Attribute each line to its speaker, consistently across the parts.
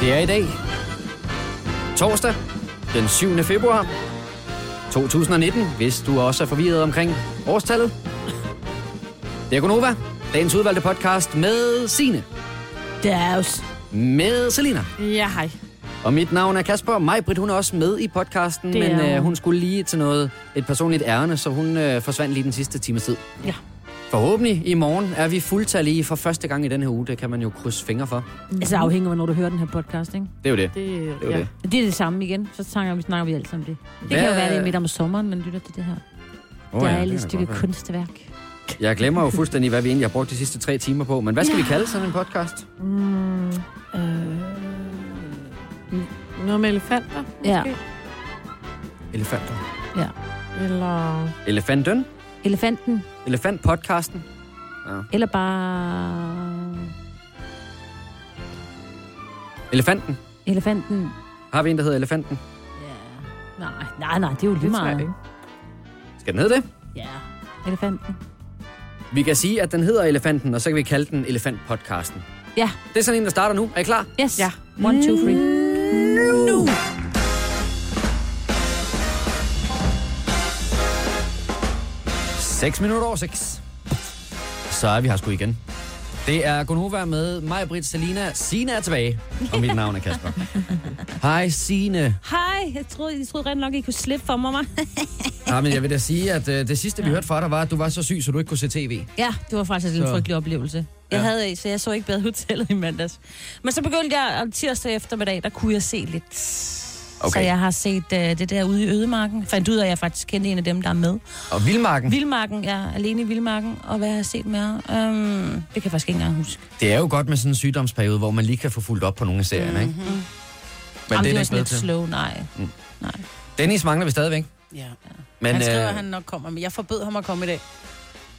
Speaker 1: Det er i dag, torsdag den 7. februar 2019, hvis du også er forvirret omkring årstallet. Det er Gonova, dagens udvalgte podcast med Sine,
Speaker 2: Daus.
Speaker 1: med Selina.
Speaker 2: Ja, hej.
Speaker 1: Og mit navn er Kasper. Majbrit, hun er også med i podcasten,
Speaker 2: Det er
Speaker 1: men øh,
Speaker 2: hun.
Speaker 1: hun skulle lige til noget et personligt ærne, så hun øh, forsvandt lige den sidste times tid.
Speaker 2: Ja.
Speaker 1: Forhåbentlig i morgen er vi fuldtallige for første gang i denne her uge. Det kan man jo krydse fingre for.
Speaker 2: Altså afhænger, hvornår du hører den her podcast, ikke?
Speaker 1: Det er jo det.
Speaker 3: Det,
Speaker 1: Det er jo
Speaker 3: ja.
Speaker 1: det.
Speaker 2: Det er det samme igen, så snakker vi, snakker vi alt sammen det. Det
Speaker 1: Hvad-
Speaker 2: kan jo være, det er midt om sommeren, man lytter til det her.
Speaker 1: Åh
Speaker 2: det
Speaker 1: ja,
Speaker 2: er
Speaker 1: det
Speaker 2: et
Speaker 1: kan
Speaker 2: stykke
Speaker 1: godt være.
Speaker 2: kunstværk.
Speaker 1: Jeg glemmer jo fuldstændig, hvad vi egentlig har brugt de sidste tre timer på. Men hvad skal vi kalde sådan en podcast?
Speaker 3: Øh, noget med elefanter, måske?
Speaker 2: Ja.
Speaker 1: Elefanter.
Speaker 3: Eller...
Speaker 1: Elefantøn?
Speaker 2: Elefanten,
Speaker 1: Elefantpodcasten?
Speaker 2: eller bare...
Speaker 1: Elefanten?
Speaker 2: Elefanten.
Speaker 1: Har vi en, der hedder Elefanten?
Speaker 2: Ja. Nej, nej, nej, det er jo lige
Speaker 3: Det tror jeg
Speaker 2: meget.
Speaker 3: ikke.
Speaker 1: Skal den hedde det?
Speaker 2: Ja. Elefanten.
Speaker 1: Vi kan sige, at den hedder Elefanten, og så kan vi kalde den Elefantpodcasten.
Speaker 2: Ja,
Speaker 1: Det er sådan en, der starter nu. Er I klar?
Speaker 2: yes.
Speaker 3: Ja.
Speaker 2: One, two, three.
Speaker 1: Nu! Seks minutter over seks. Så er vi her sgu igen. Det er Gonova med mig, Britt, Selina. Sine er tilbage, og mit navn er Kasper. Hej, Sine.
Speaker 2: Hej, jeg troede, jeg troede rent nok, I kunne slippe for mig. hva'?
Speaker 1: Ja, men jeg vil da sige, at øh, det sidste, vi hørte fra dig, var, at du var så syg, så du ikke kunne se tv.
Speaker 2: Ja, det var faktisk en
Speaker 1: Så-
Speaker 2: frygtelig oplevelse.
Speaker 1: Ja.
Speaker 2: Jeg ja. havde, så jeg så ikke badehotellet i mandags. Men så begyndte jeg om tirsdag eftermiddag, der kunne jeg se lidt. Okay. Så
Speaker 1: Okay.
Speaker 2: jeg har set uh, det der ude i Ødemarken. Fandt ud af, at jeg faktisk kendte en af dem, der er med.
Speaker 1: Og Vildmarken,
Speaker 2: Vildmarken, jeg er alene i Vildmarken. Og hvad jeg har set mere, um, det kan jeg faktisk ikke engang huske.
Speaker 1: det er jo godt med sådan en sygdomsperiode, hvor man lige kan få fuldt op på nogle af serierne, ikke? Men
Speaker 2: Mhm. Jamen,
Speaker 1: det er
Speaker 2: det
Speaker 1: det
Speaker 2: var
Speaker 1: ikke
Speaker 2: sådan
Speaker 1: blevet
Speaker 2: lidt
Speaker 1: til.
Speaker 2: slow, nej. Mm. nej.
Speaker 1: Dennis mangler vi stadigvæk.
Speaker 3: Ja.
Speaker 1: Men, øh,
Speaker 3: han skriver, at han nok kommer, men jeg forbød ham at komme i dag.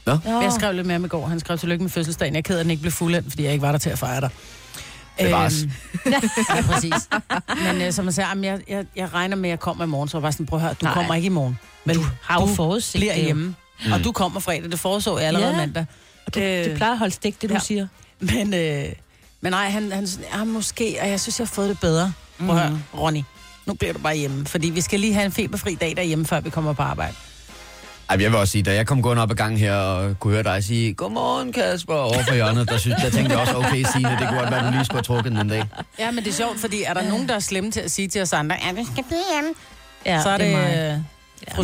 Speaker 2: Jo.
Speaker 3: Jeg skrev lidt med ham i går. Han skrev tillykke med fødselsdagen. Jeg er ked af, at den ikke blev fuldendt, fordi jeg ikke var der til at fejre dig. Øhm,
Speaker 1: Bevares.
Speaker 2: Øhm.
Speaker 3: ja, præcis. Men øh, som jeg sagde, jamen, jeg, jeg, jeg regner med, at jeg kommer i morgen. Så jeg var sådan, prøv at høre, du
Speaker 2: Nej.
Speaker 3: Nej. kommer ikke i morgen. Men du,
Speaker 2: Har jo forudset
Speaker 3: bliver
Speaker 2: det jo.
Speaker 3: hjemme. Mm. Og du kommer fredag. Det foreså jeg allerede
Speaker 2: Ja.
Speaker 3: ja. mandag.
Speaker 2: Du, det plejer at holde stik, det du ja.
Speaker 3: Ja.
Speaker 2: siger.
Speaker 3: Men, øh, men nej, han, han er måske, og jeg synes, jeg har fået det bedre. Prøv at høre, Ronny, nu bliver du bare hjemme, fordi vi skal lige have en feberfri dag derhjemme, før vi kommer på arbejde.
Speaker 1: Ej, men jeg vil også sige, da jeg kom gående op ad gangen her og kunne høre dig sige, godmorgen Kasper, over for hjørnet, der, synes, der tænkte jeg også, okay Signe, det kunne godt være, du lige skulle have trukket den en dag.
Speaker 3: Ja, men det er sjovt, fordi er der nogen, der er slemme til at sige til os andre, ja, vi skal blive hjemme,
Speaker 2: Ja,
Speaker 3: så er det...
Speaker 2: mig.
Speaker 3: øh, fru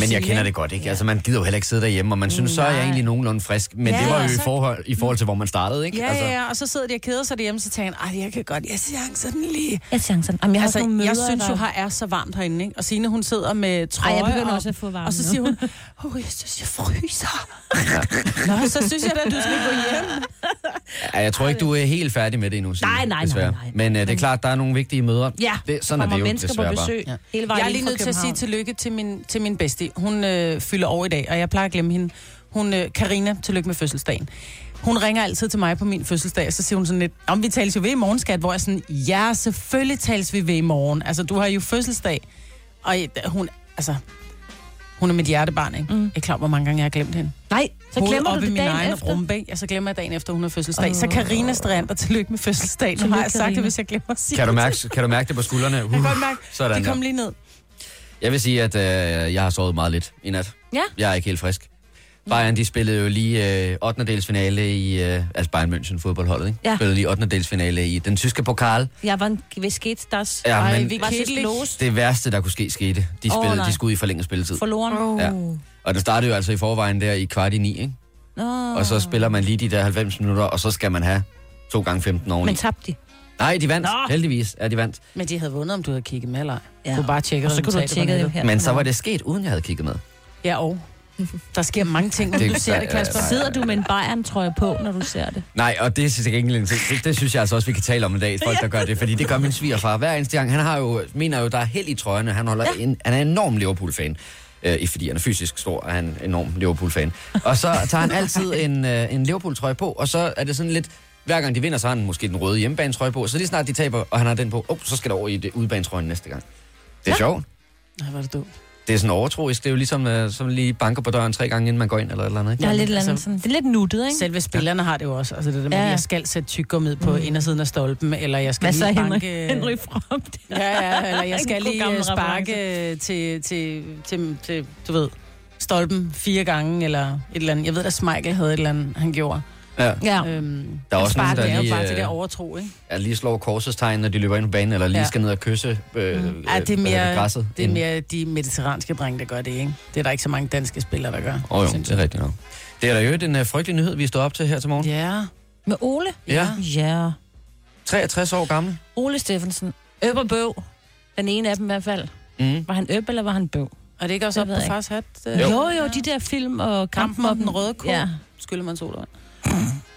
Speaker 1: Men jeg
Speaker 3: Signe,
Speaker 1: kender det godt, ikke? Altså, man gider jo heller ikke sidde derhjemme, og man synes, så er jeg egentlig nogenlunde frisk. Men
Speaker 3: Ja,
Speaker 1: det var jo
Speaker 3: ja,
Speaker 1: i
Speaker 3: så-
Speaker 1: forhold, i forhold til, hvor man startede, ikke?
Speaker 3: Ja,
Speaker 1: altså,
Speaker 3: ja, ja, og så sidder de og keder sig derhjemme, så tænker jeg, "Ej, jeg kan godt, jeg chancen den lige.
Speaker 2: Jeg, chancen. Jamen, jeg har altså,
Speaker 3: Altså,
Speaker 2: nogle møder,
Speaker 3: jeg synes jo,
Speaker 2: der-
Speaker 3: her er så varmt herinde, ikke? Og Signe, hun sidder med trøje
Speaker 2: Ej, jeg begynder
Speaker 3: og,
Speaker 2: også at få varme
Speaker 3: Og så
Speaker 2: nu.
Speaker 3: siger hun, åh, jeg synes, jeg fryser. Nå, så synes jeg da, du skal gå hjem.
Speaker 1: Ja, jeg tror ikke, du er helt færdig med det endnu, Signe,
Speaker 2: Nej, nej, nej,
Speaker 1: desværre.
Speaker 2: nej.
Speaker 1: Men uh, det er klart, der er nogle vigtige møder.
Speaker 2: Ja,
Speaker 1: det,
Speaker 2: der
Speaker 1: sådan er
Speaker 2: kommer
Speaker 1: det jo
Speaker 2: mennesker
Speaker 1: desværre
Speaker 2: på
Speaker 1: bare.
Speaker 2: besøg ja. hele vejen
Speaker 3: Jeg er
Speaker 2: ind
Speaker 3: lige
Speaker 2: fra
Speaker 3: nødt til at sige
Speaker 2: København.
Speaker 3: tillykke til min, til min bedste. Hun øh, fylder over i dag, og jeg plejer at glemme hende. Hun, øh, Karina, tillykke med fødselsdagen. Hun ringer altid til mig på min fødselsdag, og så siger hun sådan lidt, om vi tales jo ved i morgen, skat, hvor jeg sådan, ja, selvfølgelig tales vi ved i morgen. Altså, du har jo fødselsdag. Og øh, hun, altså, hun er mit hjertebarn, ikke? Mm. Jeg er klar, over, hvor mange gange jeg har glemt hende.
Speaker 2: Nej, så
Speaker 3: Hovedet
Speaker 2: glemmer
Speaker 3: op
Speaker 2: du
Speaker 3: i
Speaker 2: det
Speaker 3: min
Speaker 2: dagen
Speaker 3: egen
Speaker 2: efter.
Speaker 3: rumpe, og så glemmer jeg dagen efter, hun har fødselsdag. Så Karina Strander, tillykke med fødselsdagen. Nu
Speaker 2: Tillykke,
Speaker 3: har jeg sagt
Speaker 2: Karina.
Speaker 3: det, hvis jeg glemmer at sige
Speaker 1: Kan du,
Speaker 3: det.
Speaker 1: mærke, kan du mærke det på skuldrene? Uh,
Speaker 3: Jeg kan godt mærke,
Speaker 1: sådan
Speaker 3: det
Speaker 1: der.
Speaker 3: kom lige ned.
Speaker 1: Jeg vil sige, at øh, jeg har sovet meget lidt i nat.
Speaker 2: Ja.
Speaker 1: Jeg er ikke helt frisk. Bayern, de spillede jo lige øh, 8. delsfinale i, øh, altså Bayern München fodboldholdet, ikke?
Speaker 2: Ja.
Speaker 1: Spillede lige 8. delsfinale i den tyske pokal.
Speaker 2: Jeg var en- ved skete das.
Speaker 1: Ja,
Speaker 2: Ej,
Speaker 1: men-
Speaker 2: vi var
Speaker 3: Kedeligt.
Speaker 2: los.
Speaker 1: Det værste, der kunne ske, skete. De,
Speaker 2: Åh,
Speaker 1: spillede,
Speaker 2: nej.
Speaker 1: de skulle ud i forlænget spilletid.
Speaker 2: Forloren. Oh.
Speaker 1: Ja. Og den startede jo altså i forvejen der i kvart i ni, ikke?
Speaker 2: Nå.
Speaker 1: Og så spiller man lige de der 90 minutter, og så skal man have 2 gange 15 oveni.
Speaker 2: Men tabte de.
Speaker 1: Nej, de vandt.
Speaker 2: Nå.
Speaker 1: Heldigvis er de vandt.
Speaker 3: Men de havde vundet, om du havde kigget med eller ej.
Speaker 2: Ja.
Speaker 3: Ja. Du kunne bare tjekke
Speaker 2: Og så kunne du have
Speaker 3: resultatet på
Speaker 2: tjekket det
Speaker 3: nettet.
Speaker 2: her.
Speaker 1: Men så var det sket, uden jeg havde kigget med.
Speaker 3: Ja, og. Der sker mange ting, når
Speaker 1: Det-
Speaker 3: du ser det, Kasper.
Speaker 1: Ja, ja, ja.
Speaker 2: Sidder du med en Bayern trøje på, når du ser det?
Speaker 1: Nej, og det er til gengæld en ting. Det, det synes jeg altså også, vi kan tale om i dag, folk, der gør det. Fordi det gør min svigerfar hver eneste gang. Han har jo, mener jo, der er held i trøjerne. Han, holder ja. en, han er en enorm Liverpool-fan. Øh, ikke fordi han er fysisk stor, er han en enorm Liverpool-fan. Og så tager han altid en, øh, en Liverpool-trøje på, og så er det sådan lidt... Hver gang de vinder, så har han måske den røde hjemmebanetrøje på. Så lige snart de taber, og han har den på, oh, så skal der over i det udebanetrøjen næste gang. Det er ja. sjovt.
Speaker 3: Nej, var det dumt.
Speaker 1: Det er sådan overtroisk. Det er jo ligesom, øh, som lige banker på døren tre gange, inden man går ind eller et eller andet. Ikke?
Speaker 2: Der er lidt
Speaker 3: altså-
Speaker 2: altså, sådan, det er lidt nuttet, ikke?
Speaker 3: Selve spillerne har det jo også. Altså det der med,
Speaker 2: Ja. Mm.
Speaker 3: at jeg skal sætte tyggegummiet på indersiden af stolpen, eller jeg skal
Speaker 2: Hvad så,
Speaker 3: lige
Speaker 2: Henrik?
Speaker 3: banke...
Speaker 2: Henrik From? Det er-
Speaker 3: øh, Ja, ja, eller jeg
Speaker 2: En
Speaker 3: skal
Speaker 2: god
Speaker 3: lige
Speaker 2: gammel
Speaker 3: øh, sparke til, til, til, til, du ved, stolpen fire gange, eller et eller andet. Jeg ved, at Michael havde et eller andet, han gjorde.
Speaker 1: Ja.
Speaker 2: Ja.
Speaker 3: Øhm,
Speaker 1: Der er også
Speaker 3: han
Speaker 1: nogen, der
Speaker 3: sparer- det er jo
Speaker 1: lige,
Speaker 3: bare til
Speaker 1: øh,
Speaker 3: det overtro, ikke?
Speaker 1: Jeg lige slår korsestegn, når de løber ind på banen, eller lige
Speaker 3: Ja.
Speaker 1: skal ned og kysse øh, mm.
Speaker 3: Ja, det er mere,
Speaker 1: græsset.
Speaker 3: det er
Speaker 1: inden-
Speaker 3: mere de mediterranske drenge, der gør det, ikke? Det er der ikke så mange danske spillere, der gør.
Speaker 1: Åh oh, jo,
Speaker 3: synes
Speaker 1: det er
Speaker 3: jeg.
Speaker 1: rigtigt nok. Det er da jo den uh, frygtelige nyhed, vi står op til her til morgen.
Speaker 3: Ja.
Speaker 2: Med Ole?
Speaker 1: Ja.
Speaker 2: Ja.
Speaker 1: 63 år gammel.
Speaker 2: Ole Steffensen. Øb og bøv. Den ene af dem i hvert fald.
Speaker 1: Mm.
Speaker 2: Var han øb, eller var han bøv?
Speaker 3: Og det er ikke også
Speaker 2: Det
Speaker 3: op
Speaker 2: ved
Speaker 3: på
Speaker 2: jeg
Speaker 3: fars hat? øh,
Speaker 2: Jo, jo, jo de der film og
Speaker 3: Kampen om den røde ko.
Speaker 2: Ja.
Speaker 3: Skylder man solvand.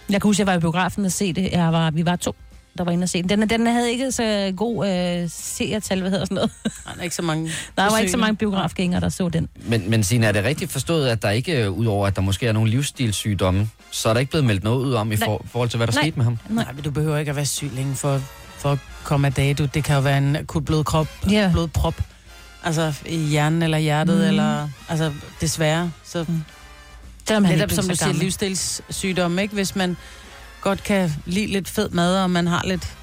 Speaker 2: Jeg kan huske, jeg var i biografen og se det. Jeg var, vi var to, der var inde og se den. Den, den havde ikke så god øh, seertal, hvad hedder sådan noget.
Speaker 3: Nej, der er ikke så mange
Speaker 2: Der var ikke så
Speaker 3: besøgende.
Speaker 2: mange biografgængere, der så den.
Speaker 1: Men, men Signe, er det rigtigt forstået, at der ikke, øh, udover at der måske er nogle livsstilssygdomme, så er der ikke blevet meldt noget ud om i
Speaker 2: Nej.
Speaker 1: for, forhold til, hvad der
Speaker 2: Nej.
Speaker 1: skete med ham?
Speaker 3: Nej, men du behøver ikke at være syg længe for, for at komme af dage. Du, det kan jo være en akut blodkrop,
Speaker 2: Ja.
Speaker 3: blodprop. Altså i hjernen eller hjertet,
Speaker 2: Mm.
Speaker 3: mm. eller... Altså desværre. Så
Speaker 2: Selvom han
Speaker 3: netop
Speaker 2: ikke blev
Speaker 3: som
Speaker 2: så
Speaker 3: du siger,
Speaker 2: gammel.
Speaker 3: livsstilssygdom, ikke? Hvis man godt kan lide lidt fed mad, og man har lidt...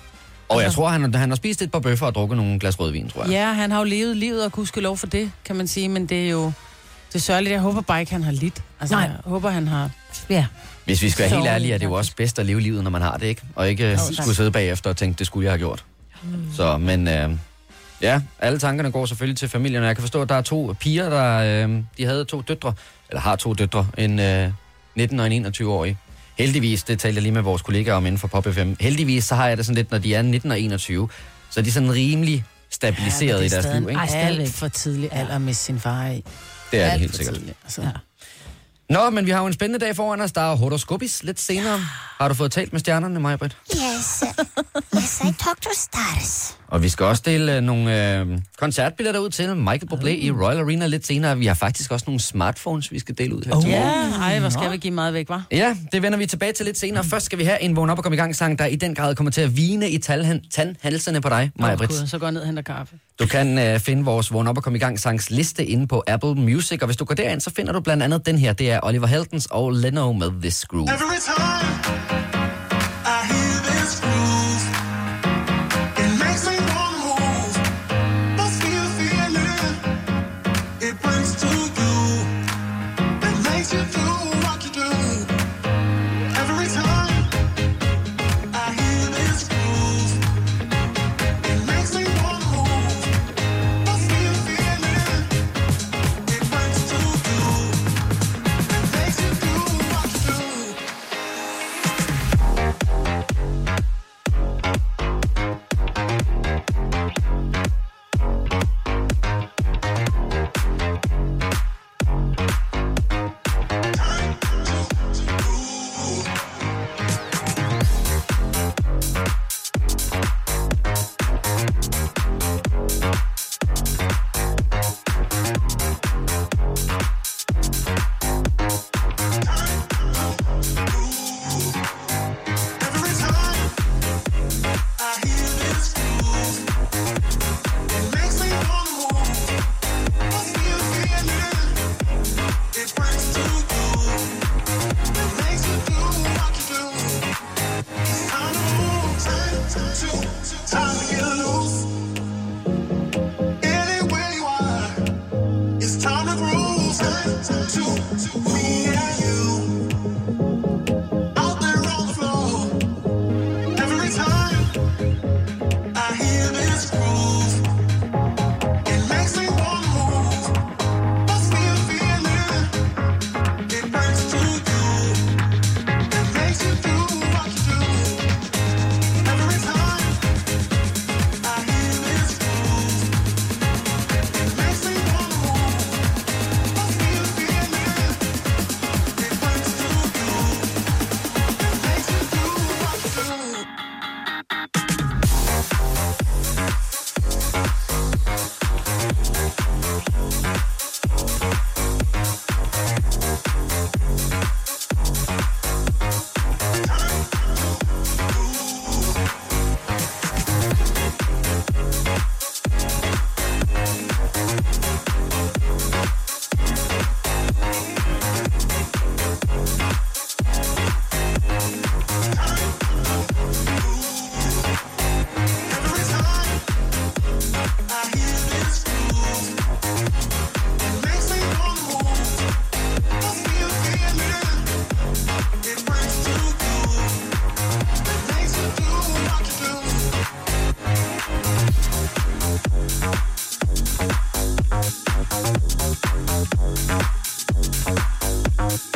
Speaker 1: Og jeg
Speaker 3: Altså-
Speaker 1: tror, han, han har spist et par bøffer og drukket nogle glas rødvin, tror jeg.
Speaker 3: Ja, han har jo levet livet, og kunne skulle lov for det, kan man sige. Men det er jo... Det er sørgeligt. Jeg håber bare ikke, han har lidt. Altså,
Speaker 2: Nej.
Speaker 3: jeg håber, han har...
Speaker 2: Ja.
Speaker 1: Hvis vi skal være helt
Speaker 3: Sorgen,
Speaker 1: ærlige, er det jo
Speaker 3: faktisk.
Speaker 1: også bedst at leve livet, når man har det, ikke? Og ikke øh,
Speaker 3: Præcis.
Speaker 1: skulle sidde bagefter og tænke, det skulle jeg have gjort.
Speaker 3: Mm.
Speaker 1: Så, men øh, ja, alle tankerne går selvfølgelig til familien. og Jeg kan forstå, at der er to piger, der øh, de havde to døtre, eller har to døtre, en øh, 19 og en 21-årig. Heldigvis, det talte jeg lige med vores kollegaer om inden for Pop FM, heldigvis så har jeg det sådan lidt, når de er 19 og 21, så er de sådan rimelig stabiliseret ja, i deres liv, ikke?
Speaker 2: Ej,
Speaker 3: Ej,
Speaker 2: stadigvæk.
Speaker 3: alt for tidlig alder med sin far i.
Speaker 1: Det er det
Speaker 3: alt
Speaker 1: helt
Speaker 3: for
Speaker 1: sikkert.
Speaker 3: tidlig, Altså.
Speaker 2: Ja.
Speaker 1: Nå, men vi har jo en spændende dag foran os. Der er Hot og Skubbis lidt senere. Har du fået talt med stjernerne, Majbrit?
Speaker 4: Yes. Yes, I talk to stars.
Speaker 1: Og vi skal også dele øh, nogle øh, koncertbilletter ud til Michael Bublé i Royal Arena lidt senere. Vi har faktisk også nogle smartphones, vi skal dele ud her oh.
Speaker 3: Ja, ej, hvor skal vi give meget væk, var?
Speaker 1: Ja, det vender vi tilbage til lidt senere. Først skal vi have en vågn op og komme i gang sang, der i den grad kommer til at vine i talhan- tandhalserne på dig, Maja Brits.
Speaker 3: Så går jeg ned og henter kaffe.
Speaker 1: Du kan øh, finde vores vågn op og komme i gang sangs liste inde på Apple Music, og hvis du går derind, så finder du blandt andet den her. Det er Oliver Heldens og Leno med This Groove.
Speaker 5: Every time I hear this groove, it makes me wanna move. Must be a feeling it brings to you. It makes you do what you do. Every time I hear this groove, it makes me wanna move. Must be a feeling it brings to you. It makes you do what you do.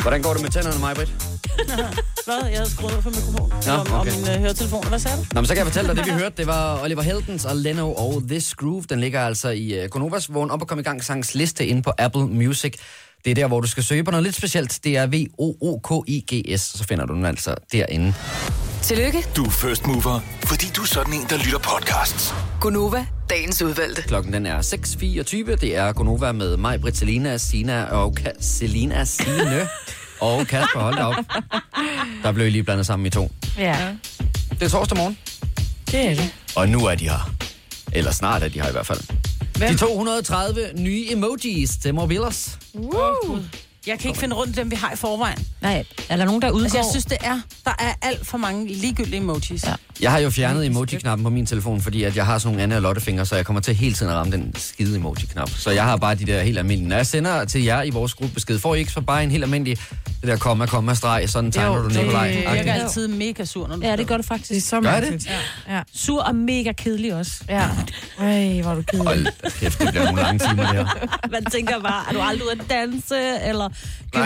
Speaker 1: Hvordan går det med tænderne, Majbrit?
Speaker 3: Hvad? Jeg havde skruet ned for mikrofonen.
Speaker 1: Nå,
Speaker 3: og, og
Speaker 1: okay.
Speaker 3: min øh, høretelefon. Hvad sagde du?
Speaker 1: Nå, men så kan jeg fortælle dig, det vi hørte, det var Oliver Heldens og Leno og This Groove. Den ligger altså i uh, Konovas vågen op og kom i gang sangsliste inde på Apple Music. Det er der, hvor du skal søge på noget lidt specielt. Det er V-O-O-K-I-G-S, så finder du den altså derinde.
Speaker 6: Tillykke,
Speaker 7: Du er first mover, fordi du er sådan en, der lytter podcasts.
Speaker 6: Gunova, dagens udvalgte.
Speaker 1: Klokken den er 6.24. Det er Gonova med mig, Britt, Selina, Sina og Ka- Selina, Sine og Kasper. Hold da op. Der blev I lige blandet sammen i to.
Speaker 2: Ja.
Speaker 1: Det er torsdag morgen.
Speaker 2: Det er det.
Speaker 1: Og nu er de her. Eller snart er de her i hvert fald. Hvem? De 230 nye emojis til mobilers.
Speaker 3: Uh. Jeg kan ikke finde rundt i dem, vi har i forvejen.
Speaker 2: Nej, er der nogen, der udgår?
Speaker 3: Altså, jeg synes, det er, der er alt for mange ligegyldige emojis. Ja.
Speaker 1: Jeg har jo fjernet emoji-knappen på min telefon, fordi at jeg har sådan nogle Anne og Lotte-fingre, så jeg kommer til hele tiden at ramme den skide emoji-knap. Så jeg har bare de der helt almindelige. Når jeg sender til jer i vores gruppe besked, får I ikke så bare en helt almindelig det der komma, komma, streg, sådan tegner jo, du Nikolaj.
Speaker 3: Jeg virker altid mega sur, når du
Speaker 2: Ja, det gør det faktisk.
Speaker 8: Det er så
Speaker 1: Gør det?
Speaker 8: mærkeligt. Ja.
Speaker 2: Sur og mega kedelig også.
Speaker 8: ja. Ej, hvor er du kedelig.
Speaker 1: Hold da kæft, det bliver nogle lange timer, det her.
Speaker 2: Man tænker bare, er du aldrig ude at danse, eller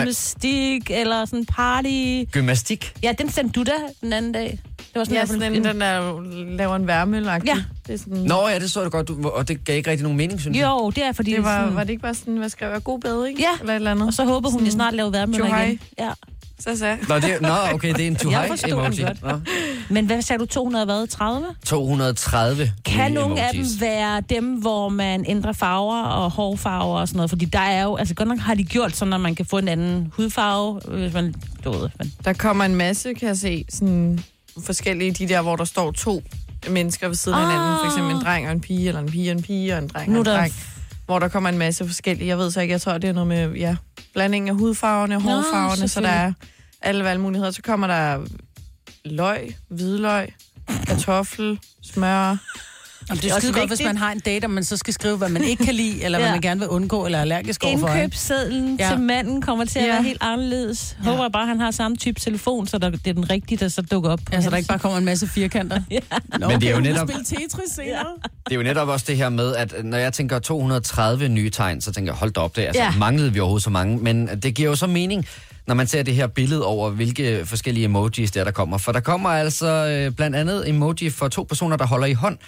Speaker 2: gymnastik, Nej. eller sådan party.
Speaker 1: Gymnastik.
Speaker 2: Ja, den sendte du da den anden dag. Det var sådan,
Speaker 8: Ja,
Speaker 2: jeg ville-
Speaker 8: sådan en, den der laver en værmølagtig.
Speaker 2: Ja.
Speaker 8: Det, er sådan,
Speaker 1: Nå ja, det så jeg godt, du, og det gav ikke rigtig nogen mening, synes jeg.
Speaker 2: Jo, det er fordi...
Speaker 8: det var,
Speaker 2: sådan,
Speaker 8: var det ikke bare sådan, hvad skrev jeg, god bedring?
Speaker 2: Ja.
Speaker 8: Eller et eller andet.
Speaker 2: Og så håber hun, at jeg snart laver værmøller
Speaker 8: Tjohej.
Speaker 2: igen. Ja.
Speaker 8: så sagde jeg,
Speaker 1: Nå, det, nå, okay, det er en to
Speaker 2: Jeg
Speaker 1: high
Speaker 2: forstod den
Speaker 1: emoji.
Speaker 2: godt.
Speaker 1: Nå.
Speaker 2: Men hvad sagde du, 200 hvad? 30?
Speaker 1: 230
Speaker 2: Kan
Speaker 1: nye
Speaker 2: nogle af dem
Speaker 1: emojis.
Speaker 2: være dem, hvor man ændrer farver og hårfarver og sådan noget? Fordi der er jo... Altså godt nok har de gjort sådan, at man kan få en anden hudfarve, hvis man... Du ved, men,
Speaker 8: der kommer en masse, kan jeg se, sådan forskellige, de der, hvor der står to mennesker ved siden af hinanden, for eksempel en dreng og en pige, eller en pige og en pige, og en dreng
Speaker 2: Nu
Speaker 8: og
Speaker 2: er
Speaker 8: en
Speaker 2: der-
Speaker 8: dreng, hvor der kommer en masse forskellige, jeg ved så ikke, jeg tror, det er noget med, ja, blanding af hudfarverne og hårfarverne, så der er alle valgmuligheder. Så kommer der løg, hvidløg, kartoffel, smør,
Speaker 3: Jamen, det
Speaker 2: Det
Speaker 3: er
Speaker 2: er
Speaker 3: skide
Speaker 2: også
Speaker 3: godt, hvis
Speaker 2: vigtigt.
Speaker 3: man har en date, og man så skal skrive, hvad man ikke kan lide, eller ja.
Speaker 2: Ja.
Speaker 3: hvad man gerne vil undgå, eller er allergisk overfor. ikke?
Speaker 2: Indkøbssedlen ja.
Speaker 3: Ja.
Speaker 2: til manden kommer til at
Speaker 8: Ja.
Speaker 2: være helt anderledes. Håber jeg bare, han har samme type telefon, så der, det er den rigtige, der så dukker op. på
Speaker 3: Altså,
Speaker 2: hans-
Speaker 3: der ikke bare kommer en masse firkanter. ja. Nå,
Speaker 1: Men det er jo
Speaker 3: kan du
Speaker 1: netop-
Speaker 3: spille Tetris senere.
Speaker 1: Det er jo netop også det her med, at når jeg tænker 230 nye tegn, så tænker jeg, hold da op, det er, altså,
Speaker 2: Ja.
Speaker 1: ja. manglede vi overhovedet så mange. Men det giver jo så mening, når man ser det her billede over, hvilke forskellige emojis der, der kommer. For der kommer altså øh, blandt andet emoji for to personer, der holder i hånd,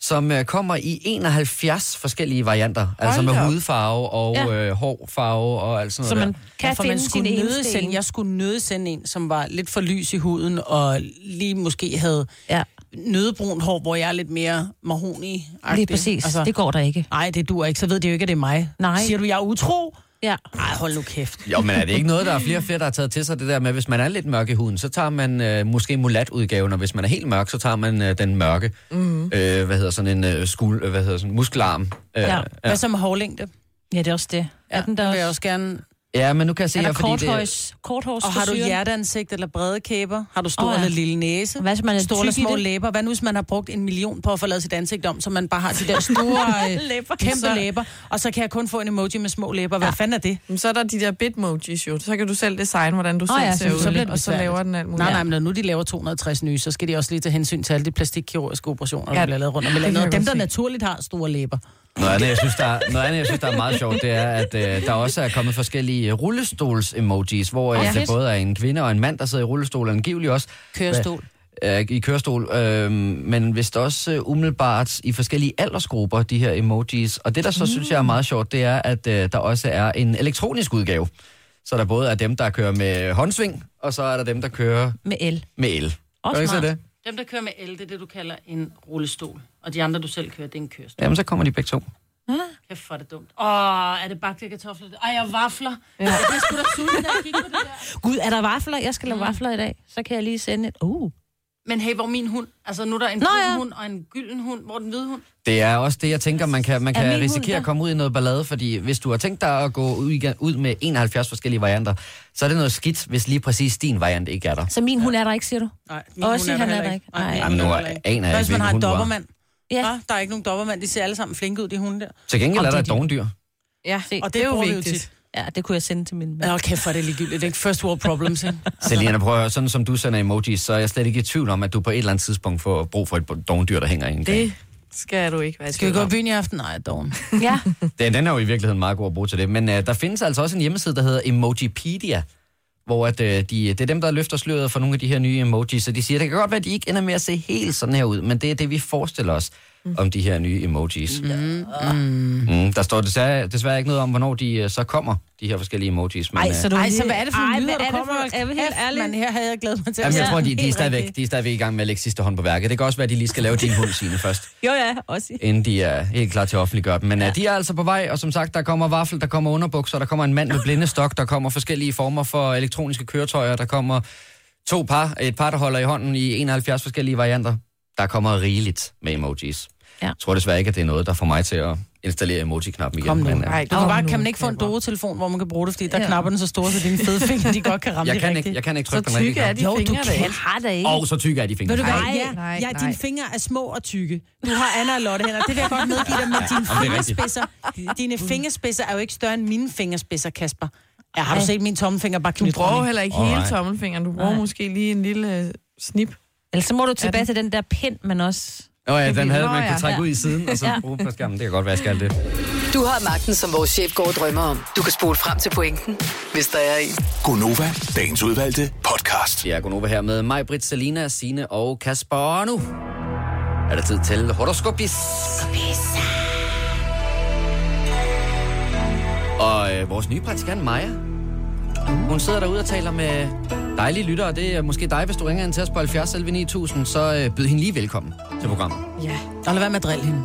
Speaker 1: som øh, kommer i 71 forskellige varianter. Hold altså
Speaker 8: Hold
Speaker 1: med
Speaker 8: da op.
Speaker 1: hudfarve og
Speaker 2: Ja.
Speaker 1: øh, hårfarve og alt sådan
Speaker 2: Så
Speaker 1: noget
Speaker 2: man
Speaker 3: Ja,
Speaker 2: kan
Speaker 3: for
Speaker 2: finde
Speaker 3: man
Speaker 2: sin
Speaker 3: skulle
Speaker 2: ene
Speaker 3: nødsende,
Speaker 2: sten.
Speaker 3: jeg skulle nødsende en, som var lidt for lys i huden, og lige måske havde
Speaker 2: Ja,
Speaker 3: nødebrunt hår, hvor jeg er lidt mere mahoni
Speaker 2: lige præcis. Altså, det går der ikke.
Speaker 3: Nej, det dur ikke. Så ved de jo ikke, at det er mig.
Speaker 2: Nej.
Speaker 3: Siger du, jeg er utro?
Speaker 2: Ja.
Speaker 3: Nej, hold nu kæft.
Speaker 1: der. Jo, men er det ikke noget, der er flere og flere, der har taget til sig det der med, hvis man er lidt mørk i huden, så tager man øh, måske mulatudgaven, og hvis man er helt mørk, så tager man øh, den mørke, mm.
Speaker 2: Mhm.
Speaker 1: øh, hvad hedder sådan en øh, skul, øh, hvad hedder sådan, muskelarm. Øh,
Speaker 2: Ja.
Speaker 1: ja.
Speaker 3: Hvad så med hårlængde?
Speaker 2: Ja, det er også det. Ja, er den der
Speaker 3: vil jeg
Speaker 2: også?
Speaker 3: også gerne...
Speaker 1: ja, men nu kan jeg se,
Speaker 2: Er der
Speaker 1: her, fordi det,
Speaker 2: korthøjs, korthårs
Speaker 3: Og har du hjerteansigt eller brede kæber? Har du stor
Speaker 2: Åh,
Speaker 3: oh,
Speaker 2: ja.
Speaker 3: ja. eller lille næse?
Speaker 2: Hvad hvis man er
Speaker 3: Store eller
Speaker 2: tyk i
Speaker 3: små
Speaker 2: det?
Speaker 3: læber? Hvad nu, hvis man har brugt en million på at få lavet sit ansigt om, så man bare har de der store, øh,
Speaker 2: Læber.
Speaker 3: kæmpe
Speaker 2: Så-
Speaker 3: læber, og så kan jeg kun få en emoji med små læber.
Speaker 2: Ja.
Speaker 3: Hvad ja. fanden er det?
Speaker 8: Men så er der de der bitmojis jo. Så kan du selv designe, hvordan du
Speaker 2: Nå
Speaker 8: selv
Speaker 2: ja,
Speaker 8: ser
Speaker 2: selvfølgelig.
Speaker 8: ud, og så laver den alt muligt.
Speaker 3: Nej, nej, men når nu de laver 260 nye, så skal de også lige tage hensyn til alle de plastikkirurgiske operationer, ja,
Speaker 8: Ja,
Speaker 3: der bliver lavet rundt om i
Speaker 8: det kan
Speaker 3: landet.
Speaker 8: jeg
Speaker 3: Og dem,
Speaker 8: godt
Speaker 3: der
Speaker 8: se.
Speaker 3: naturligt har store læber.
Speaker 1: noget andet, jeg synes, der, er- noget andet, jeg synes, der er meget sjovt, det er, at øh, der også er kommet forskellige rullestols-emojis, hvor øh, oh,
Speaker 3: Åh,
Speaker 1: der
Speaker 3: fedt.
Speaker 1: både er en kvinde og en mand, der sidder i rullestol, angiveligt også.
Speaker 3: Kørestol.
Speaker 1: øh, i kørestol, øh, men vist også øh, umiddelbart i forskellige aldersgrupper, de her emojis. Og det, der så mm. synes jeg er meget sjovt, det er, at øh, der også er en elektronisk udgave. Så der både er dem, der kører med håndsving, og så er der dem, der kører
Speaker 2: Med el.
Speaker 1: med el.
Speaker 2: Også
Speaker 1: Kan I se
Speaker 2: smart.
Speaker 1: det?
Speaker 3: Dem, der kører med el, det er det, du kalder en rullestol. Og de andre, du selv kører, det er en kørestol.
Speaker 1: Jamen, så kommer de begge to.
Speaker 3: Kæft, for det dumt. Åh, er det bagte kartofler? Ej, jeg vafler. Ja. Jeg skulle da sulte, da jeg gik på det der.
Speaker 2: Gud, er der vafler? Jeg skal lave vafler i dag. Så kan jeg lige sende et... Uh.
Speaker 3: Men hey, hvor er min hund? Altså, nu er der en
Speaker 2: Nå,
Speaker 3: brun
Speaker 2: ja.
Speaker 3: hund og en gylden hund. Hvor er den hvide hund?
Speaker 1: Det er også det, jeg tænker, man kan, man
Speaker 2: Er min
Speaker 1: kan
Speaker 2: hund
Speaker 1: risikere
Speaker 2: der?
Speaker 1: at komme ud i noget ballade, fordi hvis du har tænkt dig at gå ud, igen- ud med 71 forskellige varianter, så er det noget skidt, hvis lige præcis din variant ikke er der.
Speaker 2: Så min hund er der ikke, siger du?
Speaker 3: Nej,
Speaker 2: min Også hund er der han er heller der ikke. ikke. Nej, min
Speaker 1: Jamen, nu er- aner jeg
Speaker 3: Hvis
Speaker 1: ikke,
Speaker 3: man
Speaker 1: hvilken
Speaker 3: har en
Speaker 1: hund du har.
Speaker 3: dobbermand.
Speaker 2: Ja.
Speaker 3: Ja. Der er ikke nogen dobbermand. De ser alle sammen flinke ud, de hunde der.
Speaker 1: Til gengæld
Speaker 3: Om
Speaker 1: er der
Speaker 3: det
Speaker 1: et
Speaker 3: er din-
Speaker 1: dogendyr.
Speaker 8: Ja,
Speaker 2: Se,
Speaker 3: Og det, det er jo vigtigt.
Speaker 2: Ja, det kunne jeg sende til min mand.
Speaker 3: Nå, kæft, hvor er det ligegyldigt. Det er ikke first world problems, ikke?
Speaker 1: Selina, prøv at høre, sådan som du sender emojis, så er jeg slet ikke i tvivl om, at du på et eller andet tidspunkt får brug for et dogendyr, der hænger i en det.
Speaker 8: Det skal du ikke være i
Speaker 3: Skal vi
Speaker 8: tvivl
Speaker 3: gå i
Speaker 8: om.
Speaker 3: byen i aften? Nej, dogen.
Speaker 2: Ja.
Speaker 1: øh, Den, den er jo i virkeligheden meget god at bruge til det, men uh, der findes altså også en hjemmeside, der hedder Emojipedia. hvor at, øh, de, det er dem, der løfter sløret for nogle af de her nye emojis, så de siger, det kan godt være, at de ikke ender med at se helt sådan her ud, men det er det, vi forestiller os mm. om de her nye emojis. Mm. Mm. Der står desværre, desværre ikke noget om, hvornår de øh, så kommer, de her forskellige emojis. Men,
Speaker 2: Ej,
Speaker 1: øh,
Speaker 2: så du
Speaker 3: Ej, så hvad er det for
Speaker 2: Ej,
Speaker 3: en
Speaker 2: hvad
Speaker 3: lyder,
Speaker 2: er
Speaker 3: der
Speaker 2: det
Speaker 3: kommer?
Speaker 2: For, er vi helt
Speaker 3: Kæft,
Speaker 2: ærlig?
Speaker 3: mand, her havde jeg glædet mig til. at
Speaker 1: Jamen, jeg
Speaker 3: se.
Speaker 1: tror, de, de, er
Speaker 3: Helt
Speaker 1: stadigvæk,
Speaker 3: rigtigt.
Speaker 1: de er stadigvæk i gang med at lægge sidste hånd på værket. Det kan også være, at de lige skal lave din hund sine først,
Speaker 2: Jo, ja, også i.
Speaker 1: inden de er helt klar til at offentliggøre dem. Men ja. de er altså på vej, og som sagt, der kommer vaffel, der kommer underbukser, der kommer en mand med blindestok, der kommer forskellige former for elektroniske køretøjer, der kommer to par, et par, der holder i hånden i 71 forskellige varianter. Der kommer rigeligt med emojis.
Speaker 2: Ja.
Speaker 1: Jeg tror desværre ikke, at det er noget, der får mig til at installere emoji-knappen igen.
Speaker 3: Kom nu.
Speaker 1: øh,
Speaker 8: Nej,
Speaker 3: Du kan,
Speaker 8: Kom
Speaker 3: bare,
Speaker 8: nu,
Speaker 3: kan man ikke få en
Speaker 8: Deborah.
Speaker 3: Doro-telefon, hvor man kan bruge det, fordi der
Speaker 8: Ja.
Speaker 3: ja. knapper den så store, så dine fede fingre, de godt kan ramme
Speaker 1: jeg,
Speaker 3: de
Speaker 1: kan
Speaker 3: rigtige.
Speaker 1: ikke, jeg kan ikke
Speaker 8: Så
Speaker 1: trykke den
Speaker 8: tykke er de
Speaker 1: rigtige
Speaker 2: Jo, du
Speaker 8: fingre,
Speaker 2: kan. har da ikke.
Speaker 1: knap. Og så tykke er de fingre.
Speaker 3: Ved du hvad?
Speaker 8: Nej,
Speaker 3: ja,
Speaker 8: nej,
Speaker 3: ja,
Speaker 8: nej.
Speaker 3: dine fingre er små og tykke. Du har Anna og Lotte hænder. Det vil jeg godt medgive dig, men dine
Speaker 1: det er rigtigt.
Speaker 3: fingerspidser, dine fingerspidser er jo ikke større end mine fingerspidser, Kasper. Ja, har du set min tommelfinger bare
Speaker 8: Du
Speaker 3: knytte
Speaker 8: bruger jo
Speaker 3: rundt?
Speaker 8: heller ikke
Speaker 1: Alright.
Speaker 8: hele tommelfingeren. Du bruger
Speaker 2: Nej.
Speaker 8: måske lige en lille øh, snip.
Speaker 2: Ellers så må du tilbage til den der pind, men også...
Speaker 1: Nå ja, den havde
Speaker 8: Nå
Speaker 1: man
Speaker 8: ja.
Speaker 1: kunne trække ud i siden, og så
Speaker 2: Ja.
Speaker 1: bruge på skærmen. Det kan godt være, jeg skal det.
Speaker 6: Du har magten, som vores chef går og drømmer om. Du kan spole frem til pointen, hvis der er en.
Speaker 7: Gonova, dagens udvalgte podcast.
Speaker 1: Det er Gunova her med mig, Britt, Selina, Sine og Kasper. Og nu er det tid til horoskopis. Og øh, vores nye praktikant, Maja, hun sidder derude og taler med dejlige lyttere. Det er måske dig, hvis du ringer ind til os på 70 11 9000, så øh, byd hende lige velkommen til programmet.
Speaker 3: Og lad være med at drille hende.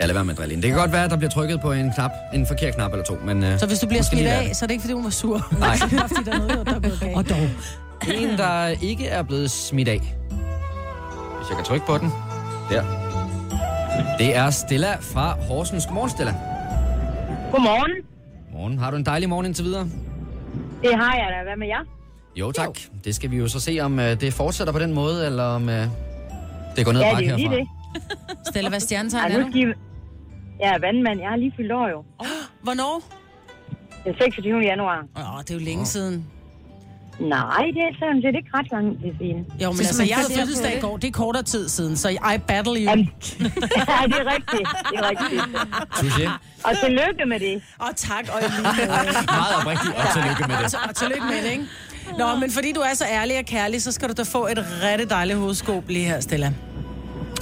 Speaker 1: Ja, lad være med at drille hende. Det kan godt være, at der bliver trykket på en knap, en forkert knap eller to, men... Øh,
Speaker 3: Så hvis du bliver
Speaker 1: hun skal lige
Speaker 3: smidt
Speaker 1: lære det.
Speaker 3: af, så er det ikke, fordi hun var sur.
Speaker 1: Nej.
Speaker 3: Det er, fordi der er noget, der er blevet galt. Og dog.
Speaker 1: En, der ikke er blevet smidt af. Hvis jeg kan trykke på den. Der. Det er Stella fra Horsens. Godmorgen, Stella.
Speaker 9: Godmorgen.
Speaker 1: Morgen. Har du en dejlig morgen indtil videre?
Speaker 9: Det har jeg da. Hvad med jer?
Speaker 1: Jo, tak. Jo. Det skal vi jo så se, om øh, det fortsætter på den måde, eller om øh, det går ned
Speaker 9: Ja,
Speaker 1: ad
Speaker 9: det
Speaker 1: bakke
Speaker 9: er lige
Speaker 1: herfra.
Speaker 9: det.
Speaker 3: Stella, hvad
Speaker 9: Ej,
Speaker 3: stjernetegn
Speaker 9: nu
Speaker 3: er du?
Speaker 9: skal I... Jeg er vandmand. Jeg har lige fyldt år jo.
Speaker 3: Hvornår?
Speaker 9: Den 26. januar.
Speaker 3: Åh, det er jo længe siden.
Speaker 9: Nej, det er sådan set ikke ret langt til siden.
Speaker 3: Jo, men
Speaker 8: Så
Speaker 3: altså,
Speaker 8: man
Speaker 3: jeg havde
Speaker 8: fokuserer på
Speaker 3: fødselsdag i
Speaker 8: det.
Speaker 3: går. Det er kortere tid siden, så I battle you.
Speaker 9: Jamen. ja, det er rigtigt. Det er rigtigt.
Speaker 1: Touché.
Speaker 9: Og tillykke med det.
Speaker 3: Og tak, og i lige måde.
Speaker 1: Meget oprigtigt, og tillykke med det.
Speaker 3: Altså, og tillykke med det, ikke? Nå, men fordi du er så ærlig og kærlig, så skal du da få et rigtig dejligt hovedskob lige her, Stella.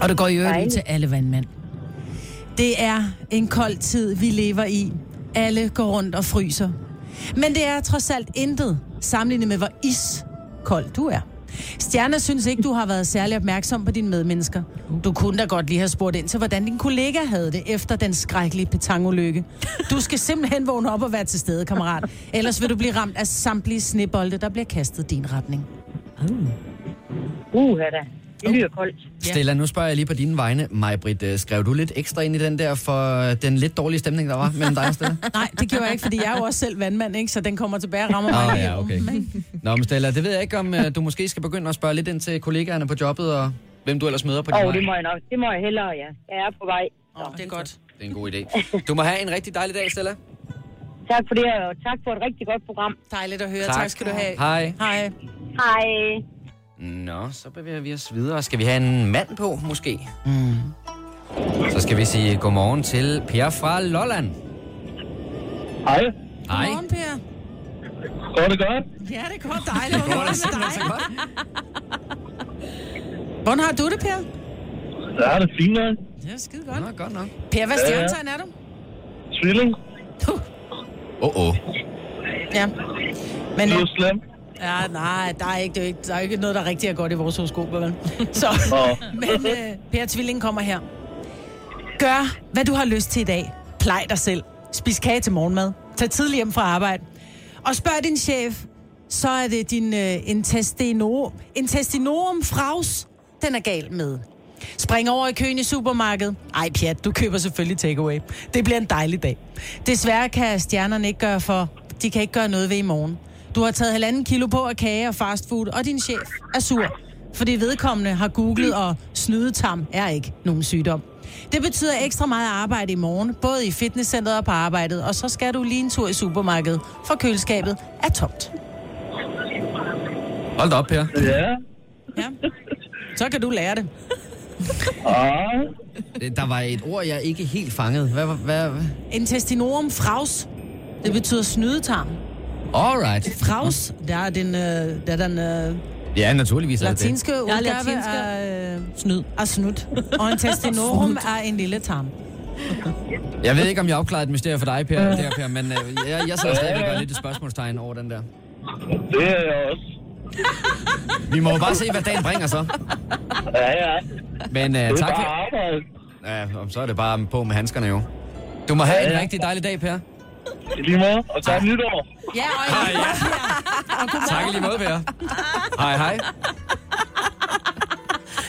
Speaker 3: Og det går i øvrigt ud
Speaker 9: Dejligt.
Speaker 3: til alle vandmænd. Det er en kold tid, vi lever i. Alle går rundt og fryser. Men det er trods alt intet sammenlignet med, hvor iskold du er. Stjerner synes ikke, du har været særlig opmærksom på dine medmennesker. Du kunne da godt lige have spurgt ind til, hvordan din kollega havde det efter den skrækkelige petangulykke. Du skal simpelthen vågne op og være til stede, kammerat. Ellers vil du blive ramt af samtlige snebolde, der bliver kastet i din retning.
Speaker 9: Uha da. Det lyder koldt.
Speaker 1: Stella, nu spørger jeg lige på dine vegne. Maj-Brit, øh, skrev du lidt ekstra ind i den der for øh, den lidt dårlige stemning, der var mellem dig og Stella?
Speaker 3: Nej, det gjorde jeg ikke, fordi jeg er jo også selv vandmand, ikke? så den kommer tilbage og rammer mig.
Speaker 1: Åh,
Speaker 3: lige i
Speaker 1: Ah, ja, okay.
Speaker 3: rumpen, ikke?
Speaker 1: Nå, men Stella, det ved jeg ikke, om øh, du måske skal begynde at spørge lidt ind til kollegaerne på jobbet, og hvem du ellers møder på din
Speaker 9: Åh, oh,
Speaker 1: vej.
Speaker 9: det må jeg nok. Det må jeg hellere, ja. Jeg er på vej. Så.
Speaker 3: Åh, det er godt.
Speaker 1: Det er en god idé. Du må have en rigtig dejlig dag, Stella.
Speaker 9: Tak for det, og tak for et rigtig godt program.
Speaker 3: Dejligt at høre. Tak, tak skal du have.
Speaker 1: Hej.
Speaker 3: Hej.
Speaker 9: Hej.
Speaker 1: Nå, så bevæger vi os videre. Skal vi have en mand på, måske? Mm. Så skal vi sige godmorgen til Per fra Lolland.
Speaker 10: Hej.
Speaker 1: Hej.
Speaker 3: Godmorgen, Per.
Speaker 10: Går det godt?
Speaker 3: Ja, det går dejligt. Hvordan går det med dig? Hvordan har du det, Per?
Speaker 10: Jeg har det fint nok.
Speaker 3: Det er skide godt.
Speaker 1: Nå, godt nok.
Speaker 3: Per, hvad stjernetegn er du?
Speaker 10: Tvilling.
Speaker 1: Åh, oh, oh.
Speaker 3: Ja. Men,
Speaker 10: Du er slem.
Speaker 3: ja, nej, der er, ikke, det er ikke, der er ikke noget, der rigtig er godt i vores horoskop, vel? Så, men øh, Per Tvilling kommer her. Gør, hvad du har lyst til i dag. Plej dig selv. Spis kage til morgenmad. Tag tidligt hjem fra arbejde. Og spørg din chef, så er det din øh, intestino, intestinorum fraus, den er gal med. Spring over i køen i supermarkedet. Ej, pjat, du køber selvfølgelig takeaway. Det bliver en dejlig dag. Desværre kan stjernerne ikke gøre for, de kan ikke gøre noget ved i morgen. Du har taget halvanden kilo på af kage og fastfood, og din chef er sur. Fordi vedkommende har googlet, og snydetam er ikke nogen sygdom. Det betyder ekstra meget arbejde i morgen, både i fitnesscenteret og på arbejdet, og så skal du lige en tur i supermarkedet, for køleskabet er tomt.
Speaker 1: Hold da op, Per.
Speaker 10: Ja.
Speaker 3: Ja. Så kan du lære det.
Speaker 10: Ah.
Speaker 1: Det- Der var et ord, jeg ikke helt fangede. Hvad, hvad, hvad?
Speaker 3: Intestinorum fraus. Det betyder snydetarm.
Speaker 1: Alright.
Speaker 3: Fraus, der er den, øh, der er den øh,
Speaker 1: Ja, naturligvis er det det.
Speaker 3: latinske udgave
Speaker 2: latinske.
Speaker 3: af, øh,
Speaker 2: Snyd.
Speaker 3: af snut. Og en testinorum er en lille tarm.
Speaker 1: Jeg ved ikke, om jeg opklarede et mysterie for dig, Per, der, per men øh, jeg, jeg sidder stadigvæk og er lidt et spørgsmålstegn over den der.
Speaker 10: Det er jeg også.
Speaker 1: Vi må jo bare se, hvad dagen bringer så.
Speaker 10: Ja, ja.
Speaker 1: Men øh,
Speaker 10: Det er
Speaker 1: tak.
Speaker 10: bare arbejde.
Speaker 1: Ja, om så er det bare på med handskerne jo. Du må have en rigtig dejlig dag, Per.
Speaker 10: I lige måde. Og godt nytår.
Speaker 3: Ja, og
Speaker 1: Hej, ja. Tak i lige måde, Per. Hej, hej.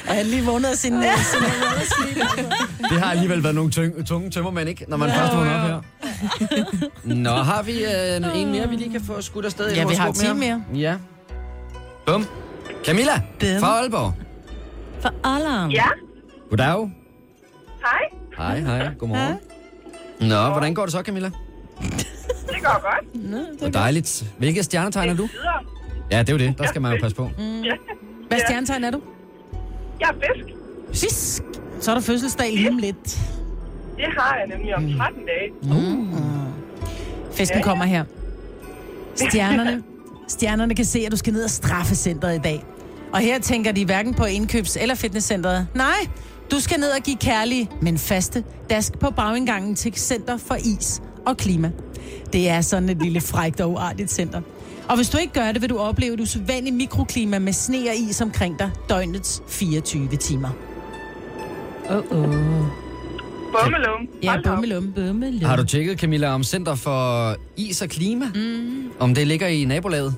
Speaker 3: jeg har lige vågnet af sin, øh, sin
Speaker 1: Det har alligevel været nogle tyng, tunge tømmermænd, ikke? Når man først vågner op her. Nå, har vi øh, en mere, vi lige kan få skudt afsted? i
Speaker 3: Ja,
Speaker 1: vores
Speaker 3: vi har
Speaker 1: gruppe
Speaker 3: 10 mere.
Speaker 1: Ja. Bum. Camilla
Speaker 3: Bum.
Speaker 1: fra Aalborg.
Speaker 2: For alarm.
Speaker 9: Ja,
Speaker 1: Goddag.
Speaker 9: hej.
Speaker 1: Hej, hej. Godmorgen. Nå, hvordan går det så, Camilla?
Speaker 9: Det går godt.
Speaker 1: Hvor dejligt. Hvilke stjernetegn er du?
Speaker 9: Videre.
Speaker 1: Ja, det er jo det. Der skal man jo passe på.
Speaker 3: Mm. Hvad stjernetegn er du?
Speaker 9: Jeg er fisk.
Speaker 3: Fisk. Så er der fødselsdag lige om lidt.
Speaker 9: Det har jeg nemlig om 13 dage.
Speaker 3: Festen kommer her. Stjernerne, stjernerne kan se, at du skal ned og straffe centret i dag. Og her tænker de hverken på indkøbs- eller fitnesscentret. Nej, du skal ned og give kærlige, men faste dask på bagindgangen til Center for Is og Klima. Det er sådan et lille frækt og uartigt center. Og hvis du ikke gør det, vil du opleve et usædvanligt mikroklima med sne og is omkring dig døgnets 24 timer.
Speaker 2: Åh, åh.
Speaker 9: Bummelum.
Speaker 3: Ja,
Speaker 9: Hold da op.
Speaker 3: bummelum.
Speaker 2: Bømmele.
Speaker 1: Har du tjekket, Camilla, om Center for Is og Klima? Mm. Om det ligger i nabolaget?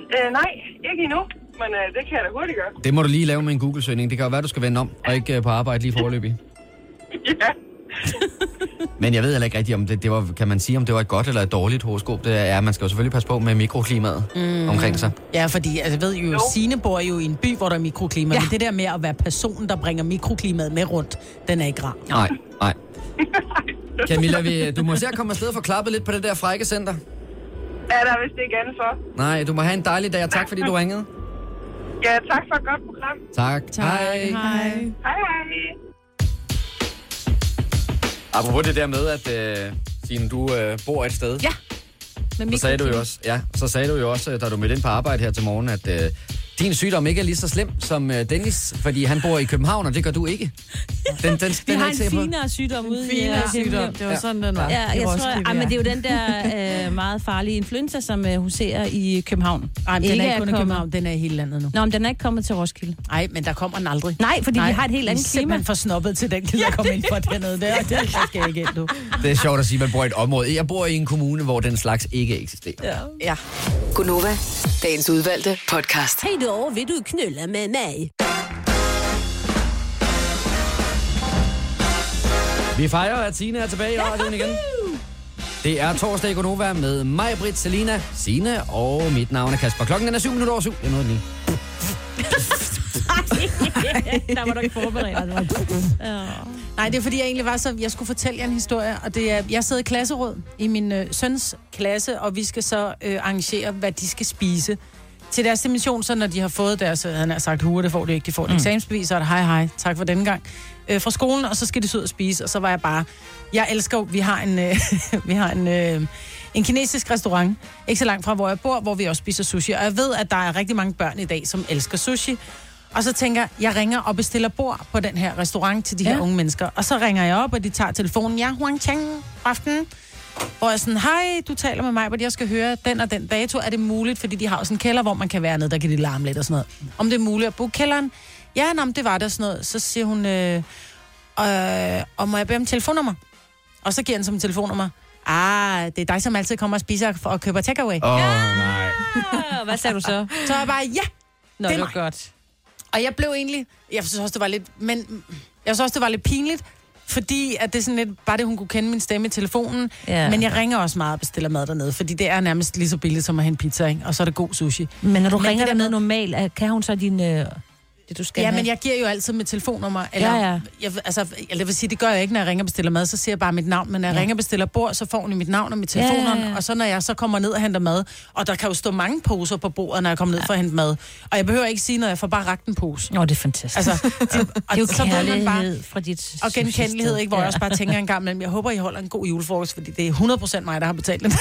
Speaker 9: Øh, nej, ikke endnu. Men øh, det kan jeg da hurtigt gøre.
Speaker 1: Det må du lige lave med en Google-søgning. Det kan jo være, du skal vende om og ikke øh, på arbejde lige forløbig.
Speaker 9: Ja.
Speaker 1: Men jeg ved heller ikke rigtigt, om det, det var, kan man sige, om det var et godt eller et dårligt horoskop. Det er, man skal jo selvfølgelig passe på med mikroklimaet mm. omkring sig.
Speaker 3: Ja, fordi altså, jeg ved jo, Signe bor jo i en by, hvor der er mikroklima, ja. men det der med at være personen, der bringer mikroklimaet med rundt, den er ikke rar.
Speaker 1: Nej, nej. Camilla, vi, du må se at komme afsted og få klappet lidt på det der frække center.
Speaker 9: Er der vist ikke andet for?
Speaker 1: Nej, du må have en dejlig dag, og tak fordi du ringede.
Speaker 9: Ja, tak for et godt program.
Speaker 1: Tak. tak. Hej.
Speaker 8: Hej.
Speaker 9: Hej, hej.
Speaker 1: Apropos det der med, at øh, Signe, du øh, bor et sted.
Speaker 2: Ja. Med
Speaker 1: Så sagde du jo også, ja, så sagde du jo også, da du mødte ind på arbejde her til morgen, at øh, din sygdom ikke er lige så slem som øh, Dennis, fordi han bor i København, og det gør du ikke. Den, den, den
Speaker 2: Vi
Speaker 1: er
Speaker 2: har
Speaker 1: ikke
Speaker 2: en
Speaker 1: sikker på.
Speaker 2: finere sygdom ude i
Speaker 8: Fine
Speaker 2: øh,
Speaker 8: sygdom. Det var sådan, den var.
Speaker 2: Ja,
Speaker 8: i
Speaker 2: jeg tror,
Speaker 8: Roskilde,
Speaker 2: ja, men
Speaker 8: ja.
Speaker 2: det er jo den der øh, meget farlige influenza, som øh, huserer i København.
Speaker 3: Ej, men den
Speaker 2: Ikke
Speaker 3: er ikke kun i
Speaker 2: kommet-
Speaker 3: København, den er i hele landet nu.
Speaker 2: Nå, men den er ikke kommet til Roskilde.
Speaker 3: Nej, men der kommer den aldrig.
Speaker 2: Nej, fordi Nej, vi har et helt andet klima.
Speaker 3: simpelthen for snobbet til den, gider ja, komme ind for dernede der, og det skal jeg ikke ind nu.
Speaker 1: Det er sjovt at sige, at man bor i et område. Jeg bor i en kommune, hvor den slags ikke eksisterer. Ja.
Speaker 8: Ja.
Speaker 6: Gunova, dagens udvalgte podcast.
Speaker 2: Hey du, vil du knulle med mig?
Speaker 1: Vi fejrer, at Signe er tilbage i radioen igen. Det er torsdag i Gonova med mig, Britt, Selina, Signe og mit navn er Kasper. Klokken den er 7 minutter over 7. Jeg nåede den lige.
Speaker 2: der var du ikke forberedt. Ja.
Speaker 3: Nej, det er fordi, jeg egentlig var så... Jeg skulle fortælle jer en historie, og det er... Jeg sidder i klasseråd i min øh, søns klasse, og vi skal så øh, arrangere, hvad de skal spise til deres dimension, så når de har fået deres... øh, Han har sagt, hurtigt det får det ikke. De får et mm. eksamensbevis, og et hej hej, tak for denne gang. Øh, fra skolen, og så skal de så ud og spise, og så var jeg bare... Jeg elsker jo- Vi har en... Øh, vi har en... Øh, en kinesisk restaurant, ikke så langt fra, hvor jeg bor, hvor vi også spiser sushi. Og jeg ved, at der er rigtig mange børn i dag, som elsker sushi. Og så tænker jeg, jeg ringer og bestiller bord på den her restaurant til de her
Speaker 2: Ja.
Speaker 3: unge mennesker. Og så ringer jeg op, og de tager telefonen. Ja, Huang Chang, aften. Hvor jeg er sådan, hej, du taler med mig, hvor jeg skal høre den og den dato. Er det muligt? Fordi de har jo sådan en kælder, hvor man kan være nede, der kan de larme lidt og sådan noget. Om det er muligt at booke kælderen? Ja, nå, men det var det og sådan noget. Så siger hun, øh, øh, og må jeg bede om telefonnummer? Og så giver han som telefonnummer. Ah, det er dig, som altid kommer og spiser og køber takeaway.
Speaker 1: Åh, oh, nej.
Speaker 2: Ah, Hvad sagde du så?
Speaker 3: Så er jeg bare, ja,
Speaker 2: Nå,
Speaker 3: det er
Speaker 2: det var
Speaker 3: mig.
Speaker 2: godt.
Speaker 3: Og jeg blev egentlig... Jeg synes også, det var lidt... Men jeg synes også, det var lidt pinligt, fordi at det er sådan lidt... Bare det, hun kunne kende min stemme i telefonen.
Speaker 2: Ja.
Speaker 3: Ja. Men jeg ringer også meget og bestiller mad dernede, fordi det er nærmest lige så billigt som at hente pizza, ikke? Og så er det god sushi.
Speaker 2: Men når du
Speaker 3: Men
Speaker 2: ringer
Speaker 3: det der
Speaker 2: derned
Speaker 3: med-
Speaker 2: normalt, øh, kan hun så din... Øh,
Speaker 11: det, du skal
Speaker 3: Ja,
Speaker 11: have.
Speaker 3: men jeg giver jo altid mit telefonnummer. Eller,
Speaker 11: Ja, ja.
Speaker 3: Jeg, altså, eller det vil sige, det gør jeg ikke, når jeg ringer og bestiller mad, så siger jeg bare mit navn. Men når jeg
Speaker 11: Ja.
Speaker 3: ringer og bestiller bord, så får hun jo mit navn og mit
Speaker 11: Ja, ja, ja.
Speaker 3: telefonnummer. Og så når jeg så kommer ned og henter mad, og der kan jo stå mange poser på bordet, når jeg kommer ned for at hente mad. Og jeg behøver ikke sige noget, jeg får bare rakt en pose.
Speaker 2: Nå, det er fantastisk.
Speaker 3: Altså, det,
Speaker 2: er jo kærlighed
Speaker 3: fra
Speaker 2: dit
Speaker 3: Og genkendelighed,
Speaker 2: sushi-sted.
Speaker 3: ikke? Hvor jeg
Speaker 2: Ja.
Speaker 3: også bare tænker en gang imellem, jeg håber, I holder en god julefrokost, fordi det er 100% mig, der har betalt den her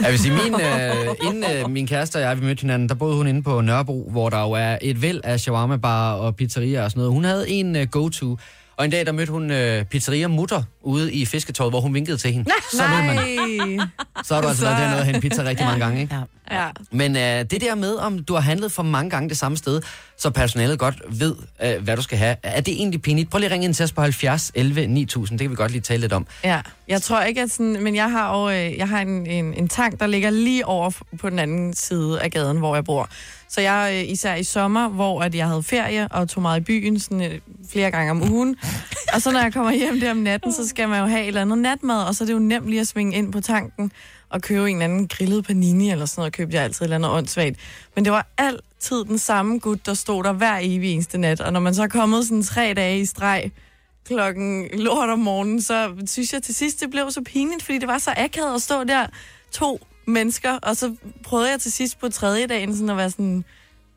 Speaker 1: Jeg vil sige, min, øh, inden øh, min kæreste og jeg, vi mødte hinanden, der boede hun inde på Nørrebro, hvor der jo er et væld af shawarma-barer og pizzerier og sådan noget. Hun havde en øh, go-to, og en dag der mødte hun øh, pizzeria Mutter ude i Fisketåret, hvor hun vinkede til hende. Så ved man,
Speaker 8: Nej.
Speaker 1: så har du altså været dernede og hentet pizza rigtig
Speaker 8: Ja.
Speaker 1: mange gange, ikke?
Speaker 8: Ja.
Speaker 1: Men øh, det der med, om du har handlet for mange gange det samme sted, så personalet godt ved, øh, hvad du skal have. Er det egentlig pinligt? Prøv lige at ringe ind til os på 70 11 9000. Det kan vi godt lige tale lidt om.
Speaker 8: Ja, jeg tror ikke, at sådan... Men jeg har, jo, øh, jeg har en, en, en tank, der ligger lige over f- på den anden side af gaden, hvor jeg bor. Så jeg, øh, især i sommer, hvor at jeg havde ferie og tog meget i byen sådan, øh, flere gange om ugen. Og så når jeg kommer hjem der om natten, så skal man jo have et eller andet natmad, og så er det jo nemt lige at svinge ind på tanken og købe en eller anden grillet panini eller sådan noget, købte jeg altid et eller andet åndssvagt. Men det var altid den samme gut, der stod der hver evig eneste nat, og når man så er kommet sådan tre dage i streg, klokken lort om morgenen, så synes jeg til sidst, det blev så pinligt, fordi det var så akavet at stå der to mennesker, og så prøvede jeg til sidst på tredje dagen sådan at være sådan,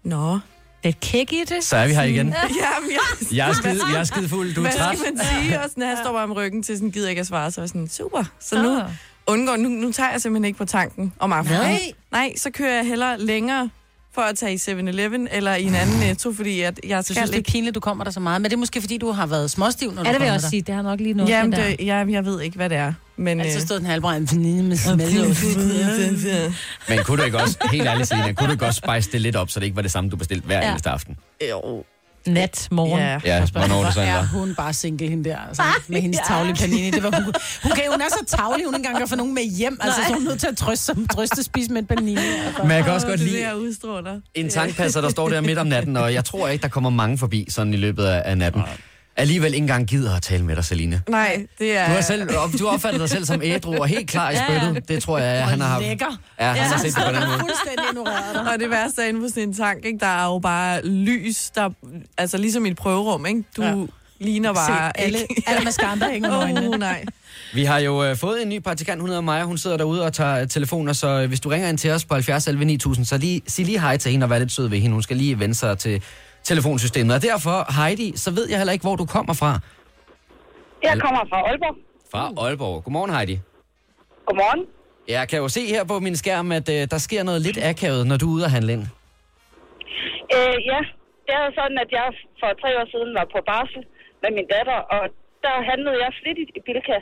Speaker 8: nå, det er kæk i det.
Speaker 1: Så er vi her igen.
Speaker 8: Sådan, Jamen, jeg,
Speaker 1: Jeg er skide, jeg er skide fuld, du er
Speaker 8: Hvad
Speaker 1: træt.
Speaker 8: skal man sige? Og sådan, han står bare om ryggen til, sådan gider ikke at svare, så er jeg sådan, super. Så nu undgår, nu, nu tager jeg simpelthen ikke på tanken om aftenen.
Speaker 11: Nej.
Speaker 8: Nej, så kører jeg hellere længere for at tage i 7-Eleven eller i en anden netto, fordi at jeg
Speaker 3: Så
Speaker 8: skal
Speaker 3: synes, det er
Speaker 8: ikke-
Speaker 3: pinligt, du kommer der så meget. Men det er måske, fordi du har været småstiv, når du
Speaker 8: Ja, det vil jeg
Speaker 3: kommer
Speaker 8: også
Speaker 3: der.
Speaker 8: sige. Det har nok lige noget Jamen, med det- der. ja, jeg ved ikke, hvad det er. Men,
Speaker 3: altså,
Speaker 8: øh,
Speaker 3: stod den halvbrændt veninde med smelte.
Speaker 1: Men kunne du ikke også, helt ærligt sige, kunne du ikke også spice det lidt op, så det ikke var det samme, du bestilte hver
Speaker 3: Ja.
Speaker 1: ja. eneste aften?
Speaker 8: Jo.
Speaker 2: Nat, morgen.
Speaker 1: Ja. Ja, hvornår det så end
Speaker 3: er
Speaker 1: var.
Speaker 3: hun bare single, hende der, altså, med hendes tavlige panini. Det var, hun, hun, kan, hun er så tavlig, hun ikke engang kan få nogen med hjem. Altså, så er hun nødt til at trøste, som trøste spise med et panini. Altså.
Speaker 1: Men jeg kan også
Speaker 8: Åh,
Speaker 1: godt
Speaker 8: det er
Speaker 1: lide-
Speaker 8: det, jeg udstråler.
Speaker 1: En tankpasser, der står der midt om natten, og jeg tror ikke, der kommer mange forbi sådan i løbet af, af natten. Alligevel ikke engang gider at tale med dig, Selina.
Speaker 8: Nej, det er...
Speaker 1: Du, har selv, op- du opfatter dig selv som ædru og helt klar i spyttet. Det tror jeg, han har... Ja, han har set det på den måde.
Speaker 3: Fuldstændig ignoreret
Speaker 8: dig. Og det værste er inde på sådan en tank, ikke? der er jo bare lys, der, altså ligesom i et prøverum, ikke? du ja. ligner bare...
Speaker 3: Se, alle-
Speaker 8: ikke?
Speaker 3: alle mascaraen, der hænger om øjnene.
Speaker 8: Oh, nej.
Speaker 1: Vi har jo øh, fået en ny praktikant, hun hedder Maja. Hun sidder derude og tager øh, telefoner, så øh, hvis du ringer ind til os på 70 11 9000, så lige, sig lige hej til hende og vær lidt sød ved hende. Hun skal lige vende sig til telefonsystemet. Og derfor, Heidi, så ved jeg heller ikke, hvor du kommer fra.
Speaker 12: Jeg kommer fra Aalborg.
Speaker 1: Fra Aalborg. Godmorgen, Heidi.
Speaker 12: Godmorgen.
Speaker 1: Jeg kan jo se her på min skærm, at øh, der sker noget lidt akavet, når du er ude at handle ind.
Speaker 12: Øh, ja, det er sådan, at jeg for tre år siden var på barsel med min datter, og der handlede jeg flittigt i Bilka.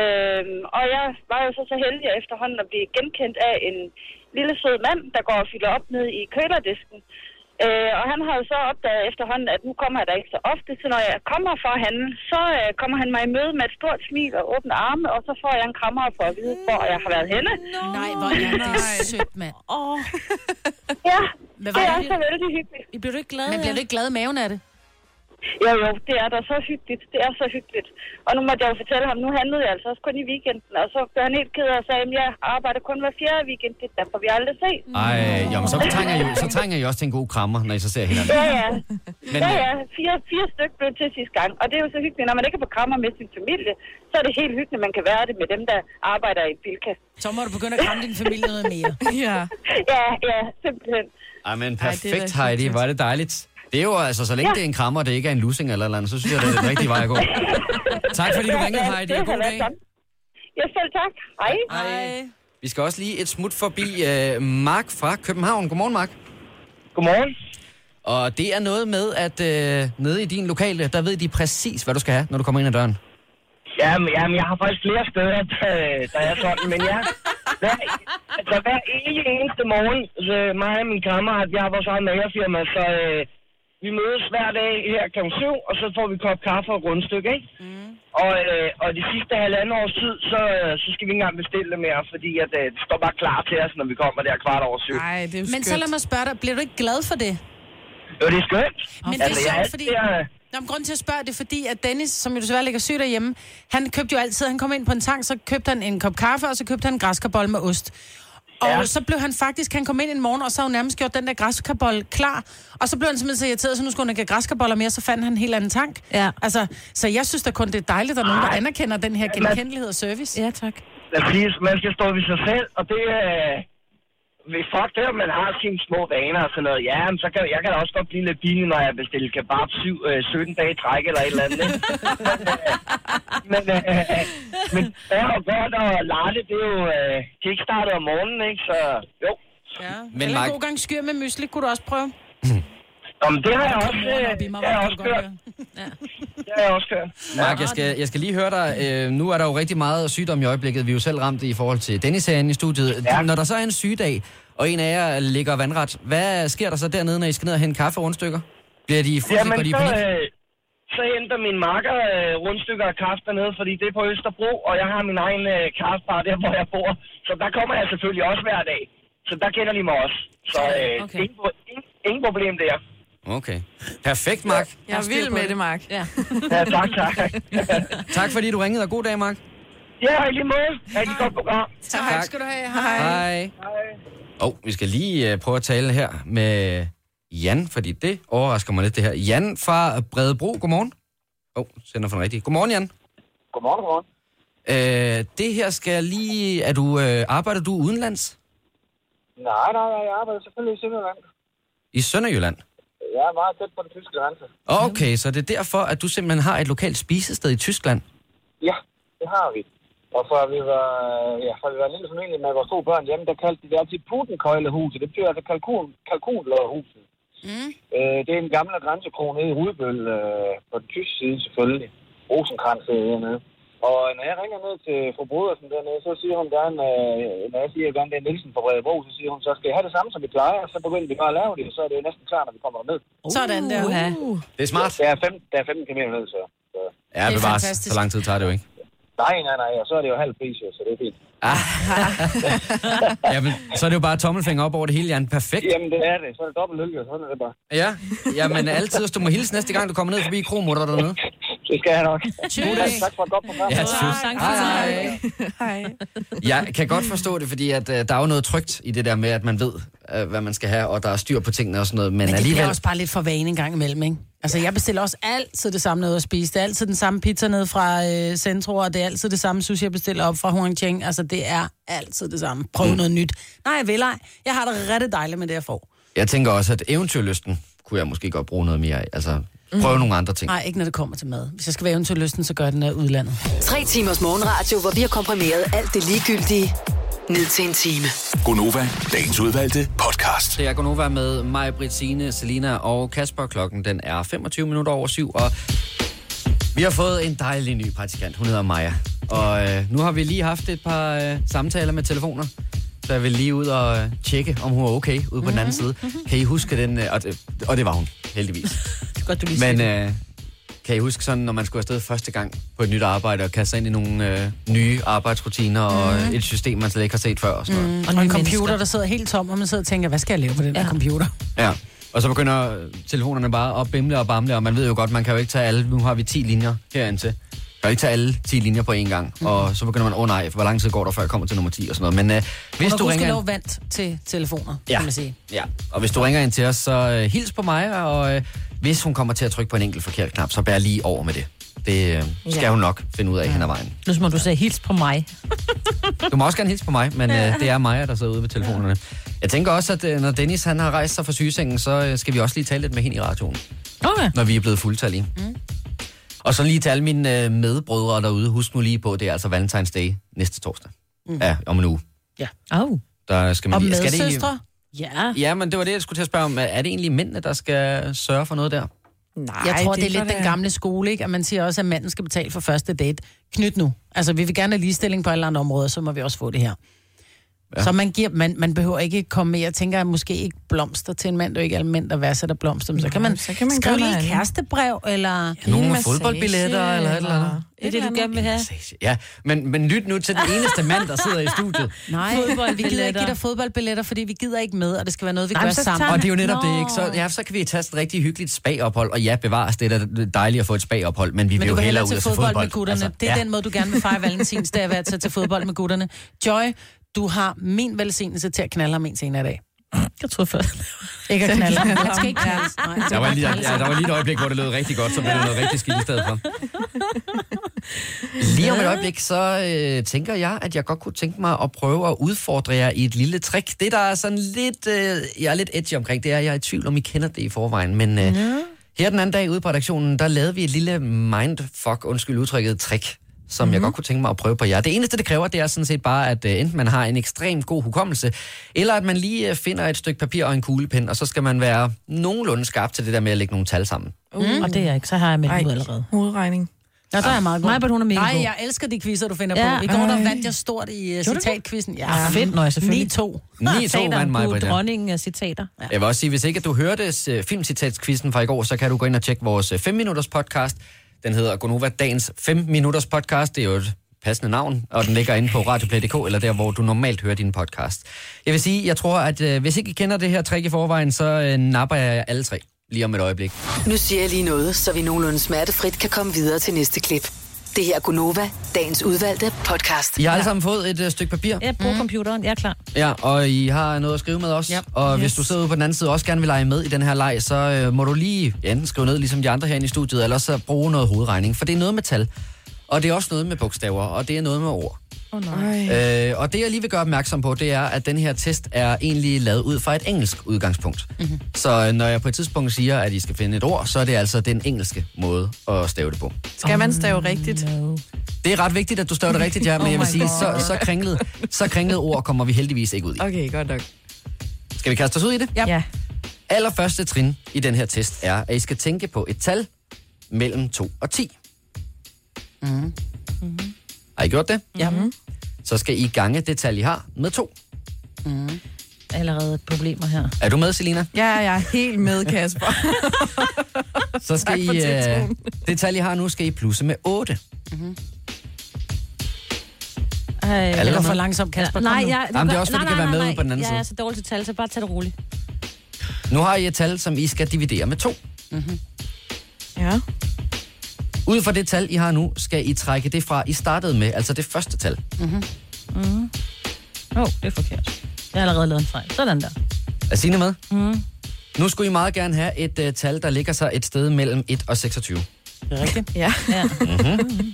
Speaker 12: Øhm, og jeg var jo så, så heldig at efterhånden at blive genkendt af en lille sød mand, der går og fylder op ned i kølerdisken. Øh, og han har jo så opdaget efterhånden, at nu kommer jeg der ikke så ofte, så når jeg kommer for at handle, så øh, kommer han mig i møde med et stort smil og åbne arme, og så får jeg en krammer for at vide, hvor jeg har været henne.
Speaker 3: Nej, hvor er det sødt, mand. Åh.
Speaker 12: Ja,
Speaker 3: Men
Speaker 12: det
Speaker 3: var
Speaker 12: er
Speaker 3: det-
Speaker 12: så vældig hyggeligt.
Speaker 3: Bliver du ikke glad? Men bliver du ikke glad i maven af det?
Speaker 12: Jo, jo, det er da så hyggeligt. Det er så hyggeligt. Og nu måtte jeg jo fortælle ham, nu handlede jeg altså også kun i weekenden. Og så blev han helt ked af og sagde, at jeg arbejder kun hver fjerde weekend. Det der får vi aldrig se.
Speaker 1: Ej, jamen, så trænger I, jo- så trænger I også til en god krammer, når I så ser hinanden.
Speaker 12: Ja, ja.
Speaker 1: Men,
Speaker 12: Men, ja,
Speaker 1: øh,
Speaker 12: ja. Fire, fire stykker blev til sidste gang. Og det er jo så hyggeligt. Når man ikke er på krammer med sin familie, så er det helt hyggeligt, at man kan være det med dem, der arbejder i Bilka.
Speaker 3: Så må du begynde at kramme din familie noget mere.
Speaker 8: ja.
Speaker 12: Ja, ja, simpelthen.
Speaker 1: Ej, men
Speaker 12: Ej, det er da
Speaker 1: perfekt, Heidi. Hvor er det dejligt. Det er jo altså, så længe
Speaker 12: Ja.
Speaker 1: det er en krammer, og det ikke er en lussing eller et eller andet, så synes jeg, det er den rigtige vej at gå. Tak fordi du
Speaker 12: Ja,
Speaker 1: ringede,
Speaker 12: ja,
Speaker 1: Heidi.
Speaker 12: det
Speaker 1: God
Speaker 12: kan være
Speaker 1: dag.
Speaker 12: sådan. Ja, selv tak. Hej.
Speaker 1: Hej. Vi skal også lige et smut forbi øh, Mark fra København. Godmorgen, Mark.
Speaker 10: Godmorgen.
Speaker 1: Og det er noget med, at øh, nede i din lokale, der ved de præcis, hvad du skal have, når du kommer ind ad døren.
Speaker 10: Jamen, jamen, jeg har faktisk flere steder, der, der er sådan, men jeg... Hver, altså, hver evig eneste morgen, så mig og min kammerat, jeg har vores eget magerfirma, så øh, vi mødes hver dag her kl. 7, og så får vi en kop kaffe og et rundstykke, ikke? Mm. Og, øh, og de sidste halvandet års tid, så, øh, så skal vi ikke engang bestille det mere, fordi at, øh, det står bare klar til os, når vi kommer der kvart over syv.
Speaker 8: Nej, det er
Speaker 3: Men så lad mig spørge dig, bliver du ikke glad for det?
Speaker 10: Jo, det er skønt.
Speaker 3: Men det er
Speaker 10: jeg
Speaker 3: sjovt, fordi...
Speaker 10: altid, øh,
Speaker 3: Nå, men grunden til at spørge, det er fordi, at Dennis, som jo desværre ligger syg derhjemme, han købte jo altid, han kom ind på en tank, så købte han en kop kaffe, og så købte han en græskarbolle med ost. Og ja. så blev han faktisk, han kom ind en morgen, og så havde hun nærmest gjort den der græskarbold klar. Og så blev han simpelthen så irriteret, så nu skulle han ikke have græskarboller mere, så fandt han en helt anden tank.
Speaker 2: Ja.
Speaker 3: Altså, så jeg synes da kun, det er dejligt, at der er nogen, der
Speaker 10: Ej.
Speaker 3: anerkender den her genkendelighed og service.
Speaker 2: Ja, tak.
Speaker 10: Præcis, man skal stå ved sig selv, og det er... Øh, hvis fuck det, at man har sine små vaner og sådan noget, ja, men så kan, jeg kan da også godt blive lidt billig, når jeg bestiller kebab 7, øh, 17 dage i træk eller et eller andet. ikke? men, øh, men, øh, men det er jo godt, og Larte, det er jo øh, kickstartet om morgenen, ikke? Så jo.
Speaker 3: Ja,
Speaker 10: Men
Speaker 3: Eller en
Speaker 10: Mark-
Speaker 3: god gang skyr med mysli, kunne du også prøve.
Speaker 10: Jamen, det har jeg
Speaker 3: Der
Speaker 10: også,
Speaker 3: kommer
Speaker 10: øh,
Speaker 3: op i mig,
Speaker 10: det har jeg
Speaker 3: hvor
Speaker 10: også
Speaker 3: du godt
Speaker 10: kørt. Det har jeg også kørt.
Speaker 1: Mark, jeg skal, jeg skal lige høre dig. Øh, nu er der jo rigtig meget sygdom i øjeblikket. Vi er jo selv ramt i forhold til Dennis herinde i studiet. Ja. Når der så er en sygedag, og en af jer ligger vandret, hvad sker der så dernede, når I skal ned og hente kaffe og rundstykker? Bliver de fuldstændig går
Speaker 10: Jamen,
Speaker 1: de i
Speaker 10: så,
Speaker 1: panik?
Speaker 10: øh, så henter min makker øh, rundstykker af kaffe dernede, fordi det er på Østerbro, og jeg har min egen øh, kaffebar der, hvor jeg bor. Så der kommer jeg selvfølgelig også hver dag. Så der kender de mig også. Så øh, okay. ingen, pro- ingen, ingen problem der.
Speaker 1: Okay. Perfekt, Mark.
Speaker 8: Jeg er vild med det, Mark.
Speaker 2: Ja.
Speaker 10: Ja, tak, tak.
Speaker 1: Tak fordi du ringede, og god dag, Mark.
Speaker 10: Ja, i lige måde. Rigtig godt program.
Speaker 8: Tak.
Speaker 1: Tak.
Speaker 8: skal du have.
Speaker 1: Hej. Og oh, vi skal lige øh, prøve at tale her med Jan, fordi det overrasker mig lidt, det her. Jan fra Bredebro, godmorgen. Åh, oh, sender for den rigtige. Godmorgen, Jan.
Speaker 11: Godmorgen, godmorgen.
Speaker 1: Øh, det her skal jeg lige... Er du, øh, arbejder du udenlands?
Speaker 11: Nej, nej, nej, jeg arbejder selvfølgelig i Sønderjylland.
Speaker 1: I Sønderjylland?
Speaker 11: Jeg er meget tæt på den tyske grænse.
Speaker 1: Okay, så det er derfor, at du simpelthen har et lokalt spisested i Tyskland.
Speaker 11: Ja, det har vi. Og fra vi var, ja, fra vi var en lille familie med vores to børn hjemme, der kaldte de det altid Putenkøjlehuset. Det betyder altså kalkun, kalkunblåhuset.
Speaker 5: Mm.
Speaker 11: Øh, det er en gammel grænsekrone nede i Rudebøl, øh, på den tyske side selvfølgelig. Rosenkrantz hedder jeg nede. Og når jeg ringer ned til fru Brodersen dernede, så siger hun gerne, øh, når jeg siger gerne, det er Nielsen fra Bredebro, så siger hun, så skal jeg have det samme, som vi plejer, og så begynder vi bare at lave det, og så er det jo næsten klar, når vi kommer ned.
Speaker 3: Sådan der.
Speaker 2: Uh-huh.
Speaker 3: Uh.
Speaker 1: Det er smart.
Speaker 11: Der er, fem, der er 15 km ned, så. så.
Speaker 1: Ja,
Speaker 11: Det er
Speaker 1: bevares.
Speaker 11: fantastisk.
Speaker 1: Så lang tid tager det jo ikke.
Speaker 11: Nej, nej, nej, og så er det jo halv pris, jo, så det er fint.
Speaker 1: Jamen, så er det jo bare tommelfinger op over det hele, Jan. Perfekt.
Speaker 11: Jamen, det er det. Så er det dobbelt lykke, og sådan er det bare.
Speaker 1: Ja, jamen altid, hvis du må hilse næste gang, du kommer ned forbi Kromutter dernede.
Speaker 11: Det skal jeg nok.
Speaker 1: Tjus.
Speaker 11: Tak for et godt program.
Speaker 1: Ja, tjus.
Speaker 2: Hej.
Speaker 8: Hej.
Speaker 1: Jeg kan godt forstå det, fordi at, øh, der er jo noget trygt i det der med, at man ved, øh, hvad man skal have, og der er styr på tingene og sådan noget. Men,
Speaker 3: Men, Men det
Speaker 1: alligevel...
Speaker 3: bliver også bare lidt for vane en gang imellem, ikke? Altså, jeg bestiller også altid det samme noget at spise. Det er altid den samme pizza ned fra øh, Centro, og det er altid det samme sushi, jeg bestiller op fra Huang Cheng. Altså, det er altid det samme. Prøv mm. noget nyt. Nej, jeg vil ej. Jeg har det rigtig dejligt med det, jeg får.
Speaker 1: Jeg tænker også, at eventyrlysten kunne jeg måske godt bruge noget mere af. Altså, prøve mm. nogle andre ting.
Speaker 3: Nej, ikke når det kommer til mad. Hvis jeg skal være eventyrlysten, så gør jeg den af udlandet.
Speaker 6: Tre timers morgenradio, hvor vi har komprimeret alt det ligegyldige ned til en time.
Speaker 7: Gonova, dagens udvalgte podcast.
Speaker 1: Det er Gonova med mig, Britt, Signe, Selina og Kasper. Klokken den er 25 minutter over syv, og vi har fået en dejlig ny praktikant. Hun hedder Maja. Og øh, nu har vi lige haft et par øh, samtaler med telefoner, så jeg vil lige ud og øh, tjekke, om hun er okay ude på mm-hmm. den anden side. Kan I huske den? Øh, og, det, og det var hun, heldigvis.
Speaker 2: Det er godt, du lige
Speaker 1: Men
Speaker 2: siger det.
Speaker 1: øh, kan I huske sådan, når man skulle afsted første gang på et nyt arbejde og kaste sig ind i nogle øh, nye arbejdsrutiner og øh, et system, man slet ikke har set før og sådan noget?
Speaker 3: Mm. Og, og en computer, der sidder helt tom, og man sidder og tænker, hvad skal jeg lave på den ja. her computer?
Speaker 1: Ja. Og så begynder øh, telefonerne bare at bimle og bamle, og man ved jo godt, man kan jo ikke tage alle. Nu har vi 10 linjer herind til. Man kan jo ikke tage alle 10 linjer på én gang. Mm. Og så begynder man, åh oh, nej, hvor lang tid går der, før jeg kommer til nummer 10 og sådan noget. Men øh, hvis
Speaker 3: Hun
Speaker 1: du
Speaker 3: har
Speaker 1: ringer...
Speaker 3: gudskelov vant til telefoner, ja.
Speaker 1: Ja.
Speaker 3: kan man sige.
Speaker 1: Ja, og hvis du ringer ind til os, så øh, hils på mig, og øh, hvis hun kommer til at trykke på en enkelt forkert knap, så bær lige over med det. Det øh, skal
Speaker 2: Ja.
Speaker 1: hun nok finde ud af ja. hen ad vejen.
Speaker 2: Nu må du sige hils på mig.
Speaker 1: Du må også gerne hilse på mig, men øh, det er Maja, der sidder ude ved telefonerne. Jeg tænker også, at øh, når Dennis han har rejst sig fra sygesengen, så øh, skal vi også lige tale lidt med hende i radioen.
Speaker 2: Okay.
Speaker 1: Når vi er blevet fuldtallige. Mm. Og så lige til alle mine øh, medbrødre derude, husk nu lige på, det er altså Valentine's Day næste torsdag. Mm. Ja, om en uge.
Speaker 3: Ja.
Speaker 2: Au.
Speaker 1: Der skal man
Speaker 2: Og
Speaker 1: lige... skal det
Speaker 2: medsøstre? Ja.
Speaker 1: egentlig... Ja, men det var det, jeg skulle til at spørge om. Øh, Er det egentlig mændene, der skal sørge for noget der?
Speaker 3: Nej, jeg tror, det, det er lidt den gamle skole, ikke? At man siger også, at manden skal betale for første date. Knyt nu. Altså, vi vil gerne have ligestilling på alle andre områder, så må vi også få det her. Ja. Så man, giver, man, man behøver ikke komme med, jeg tænker, at måske ikke blomster til en mand. Det er jo ikke alle mænd, der værdsætter blomster. Men så kan man, så kan man skrive
Speaker 8: gøre
Speaker 3: lige et
Speaker 8: noget andet.
Speaker 3: kærestebrev, eller...
Speaker 1: Ja, nogle massage, fodboldbilletter eller et eller andet.
Speaker 2: Det er det, du gerne vil have.
Speaker 1: Ja, men, men lyt nu til den eneste mand, der sidder i studiet.
Speaker 3: Nej, vi gider ikke give dig fodboldbilletter, fordi vi gider ikke med, og det skal være noget, vi Nej, gør sammen.
Speaker 1: Og det er jo netop det, ikke? Så, ja, så kan vi tage et rigtig hyggeligt spagophold, og ja, bevares, det er da dejligt at få et spagophold, men vi
Speaker 3: Men
Speaker 1: vil
Speaker 3: du
Speaker 1: jo
Speaker 3: går
Speaker 1: hellere
Speaker 3: hellere
Speaker 1: ud
Speaker 3: til
Speaker 1: og se
Speaker 3: fodbold,
Speaker 1: fodbold. Altså,
Speaker 3: med gutterne. Altså, det er ja. den måde, du gerne vil fejre Valentins, det er ved at tage til fodbold med gutterne. Joy, Du har min velsignelse til at knalde ham en senere i dag.
Speaker 2: Jeg troede først.
Speaker 3: Ikke at knalde.
Speaker 2: Jeg
Speaker 3: Han skal ikke knaldes. Nej, han skal
Speaker 1: Der var,
Speaker 3: bare
Speaker 1: lige,
Speaker 3: knaldes.
Speaker 1: ja, der var lige et øjeblik, hvor det lød rigtig godt, så blev det noget rigtig skidt i stedet for. Lige om et øjeblik, så øh, tænker jeg, at jeg godt kunne tænke mig at prøve at udfordre jer i et lille trick. Det, der er sådan lidt, øh, jeg er lidt edgy omkring, det er, at jeg er i tvivl om, I kender det i forvejen, men øh, her den anden dag ude på redaktionen, der lavede vi et lille mindfuck, undskyld udtrykket, trick som
Speaker 2: Mhm.
Speaker 1: mm-hmm. jeg godt kunne tænke mig at prøve på jer. Det eneste, det kræver, det er sådan set bare, at øh, enten man har en ekstrem god hukommelse, eller at man lige øh, finder et stykke papir og en kuglepen, og så skal man være nogenlunde skarp til det der med at lægge nogle tal sammen.
Speaker 2: Mm. Og det er jeg ikke, så har jeg meldt ud allerede.
Speaker 8: hovedregning.
Speaker 3: Uh. Nå, der er jeg meget god.
Speaker 2: Majbert, hun er mega
Speaker 3: Nej,
Speaker 2: god.
Speaker 3: jeg elsker de quizzer, du finder
Speaker 2: Ja.
Speaker 3: på. I går, der
Speaker 2: Ej.
Speaker 3: vandt jeg stort i uh,
Speaker 2: Gjorde du
Speaker 3: citatkvizzen.
Speaker 2: Ja, fedt. Nå, ja, selvfølgelig.
Speaker 3: 9-2.
Speaker 1: 9-2 vandt
Speaker 2: Satan,
Speaker 1: mig,
Speaker 2: Du er
Speaker 1: Britta.
Speaker 2: dronningen af øh, citater. Ja.
Speaker 1: Jeg vil også sige, hvis ikke du hørte øh, filmcitatskvisten fra i går, så kan du gå ind og tjekke vores 5 minutters podcast. Den hedder Gonova Dagens 5 minutters podcast. Det er jo et passende navn, og den ligger inde på radioplay.dk, eller der, hvor du normalt hører din podcast. Jeg vil sige, jeg tror, at øh, hvis ikke I kender det her trick i forvejen, så øh, napper jeg jer alle tre lige om et øjeblik.
Speaker 6: Nu siger jeg lige noget, så vi nogenlunde smertefrit kan komme videre til næste klip. Det her er Gunova, dagens udvalgte podcast.
Speaker 1: I har alle sammen fået et øh, stykke papir.
Speaker 2: Jeg bruger mm. computeren, jeg er klar.
Speaker 1: Ja, og I har noget at skrive med os. Yep. Og yes. hvis du sidder ude på den anden side og også gerne vil lege med i den her leg, så øh, må du lige enten skrive ned, ligesom de andre herinde i studiet, eller så bruge noget hovedregning. For det er noget med tal, og det er også noget med bogstaver, og det er noget med ord.
Speaker 2: Oh,
Speaker 1: Øh, og det, jeg lige vil gøre opmærksom på, det er, at den her test er egentlig lavet ud fra et engelsk udgangspunkt.
Speaker 8: Mhm.
Speaker 1: Mm-hmm. Så øh, når jeg på et tidspunkt siger, at I skal finde et ord, så er det altså den engelske måde at stave det på.
Speaker 8: Skal man stave rigtigt?
Speaker 1: Det er ret vigtigt, at du står det rigtigt, ja, men
Speaker 8: Oh
Speaker 1: jeg vil
Speaker 8: my
Speaker 1: sige,
Speaker 8: God.
Speaker 1: så, så, kringlet, så kringlet ord kommer vi heldigvis ikke ud i.
Speaker 8: Okay, godt nok.
Speaker 1: Skal vi kaste os ud i det?
Speaker 2: Ja. ja.
Speaker 1: Allerførste trin i den her test er, at I skal tænke på et tal mellem 2 og 10.
Speaker 3: Mm.
Speaker 8: Mm-hmm.
Speaker 1: Har I gjort det?
Speaker 2: Ja. Mm.
Speaker 1: Så skal I gange det tal, I har med 2.
Speaker 2: Mm. Allerede problemer her.
Speaker 1: Er du med, Selina?
Speaker 8: Ja, jeg er helt med, Kasper.
Speaker 1: Så skal
Speaker 8: Tak for
Speaker 1: I, øh,
Speaker 8: tiltroen.
Speaker 1: det tal, I har nu, skal I plusse med 8.
Speaker 2: Ej,
Speaker 1: Alle
Speaker 3: Jeg går
Speaker 1: med?
Speaker 3: for langsomt, Kasper.
Speaker 2: Ja, nej, jeg,
Speaker 1: Jamen, det er også, fordi
Speaker 2: nej,
Speaker 1: det kan
Speaker 2: nej,
Speaker 1: være med
Speaker 2: nej,
Speaker 1: ude på den anden
Speaker 2: nej.
Speaker 1: side.
Speaker 2: Jeg er så dårlig til tal, så bare tag det roligt.
Speaker 1: Nu har I et tal, som I skal dividere med 2.
Speaker 8: Ja.
Speaker 1: Ud fra det tal, I har nu, skal I trække det fra, I startede med, altså det første tal.
Speaker 2: Mhm. Mhm. Åh, oh, det er forkert. Jeg har allerede lavet en fejl. Sådan der.
Speaker 1: Er Signe med?
Speaker 2: Mm.
Speaker 1: Nu skulle I meget gerne have et uh, tal, der ligger sig et sted mellem 1 og 26.
Speaker 3: Det er rigtigt.
Speaker 8: Ja.
Speaker 2: ja.
Speaker 1: Mm-hmm.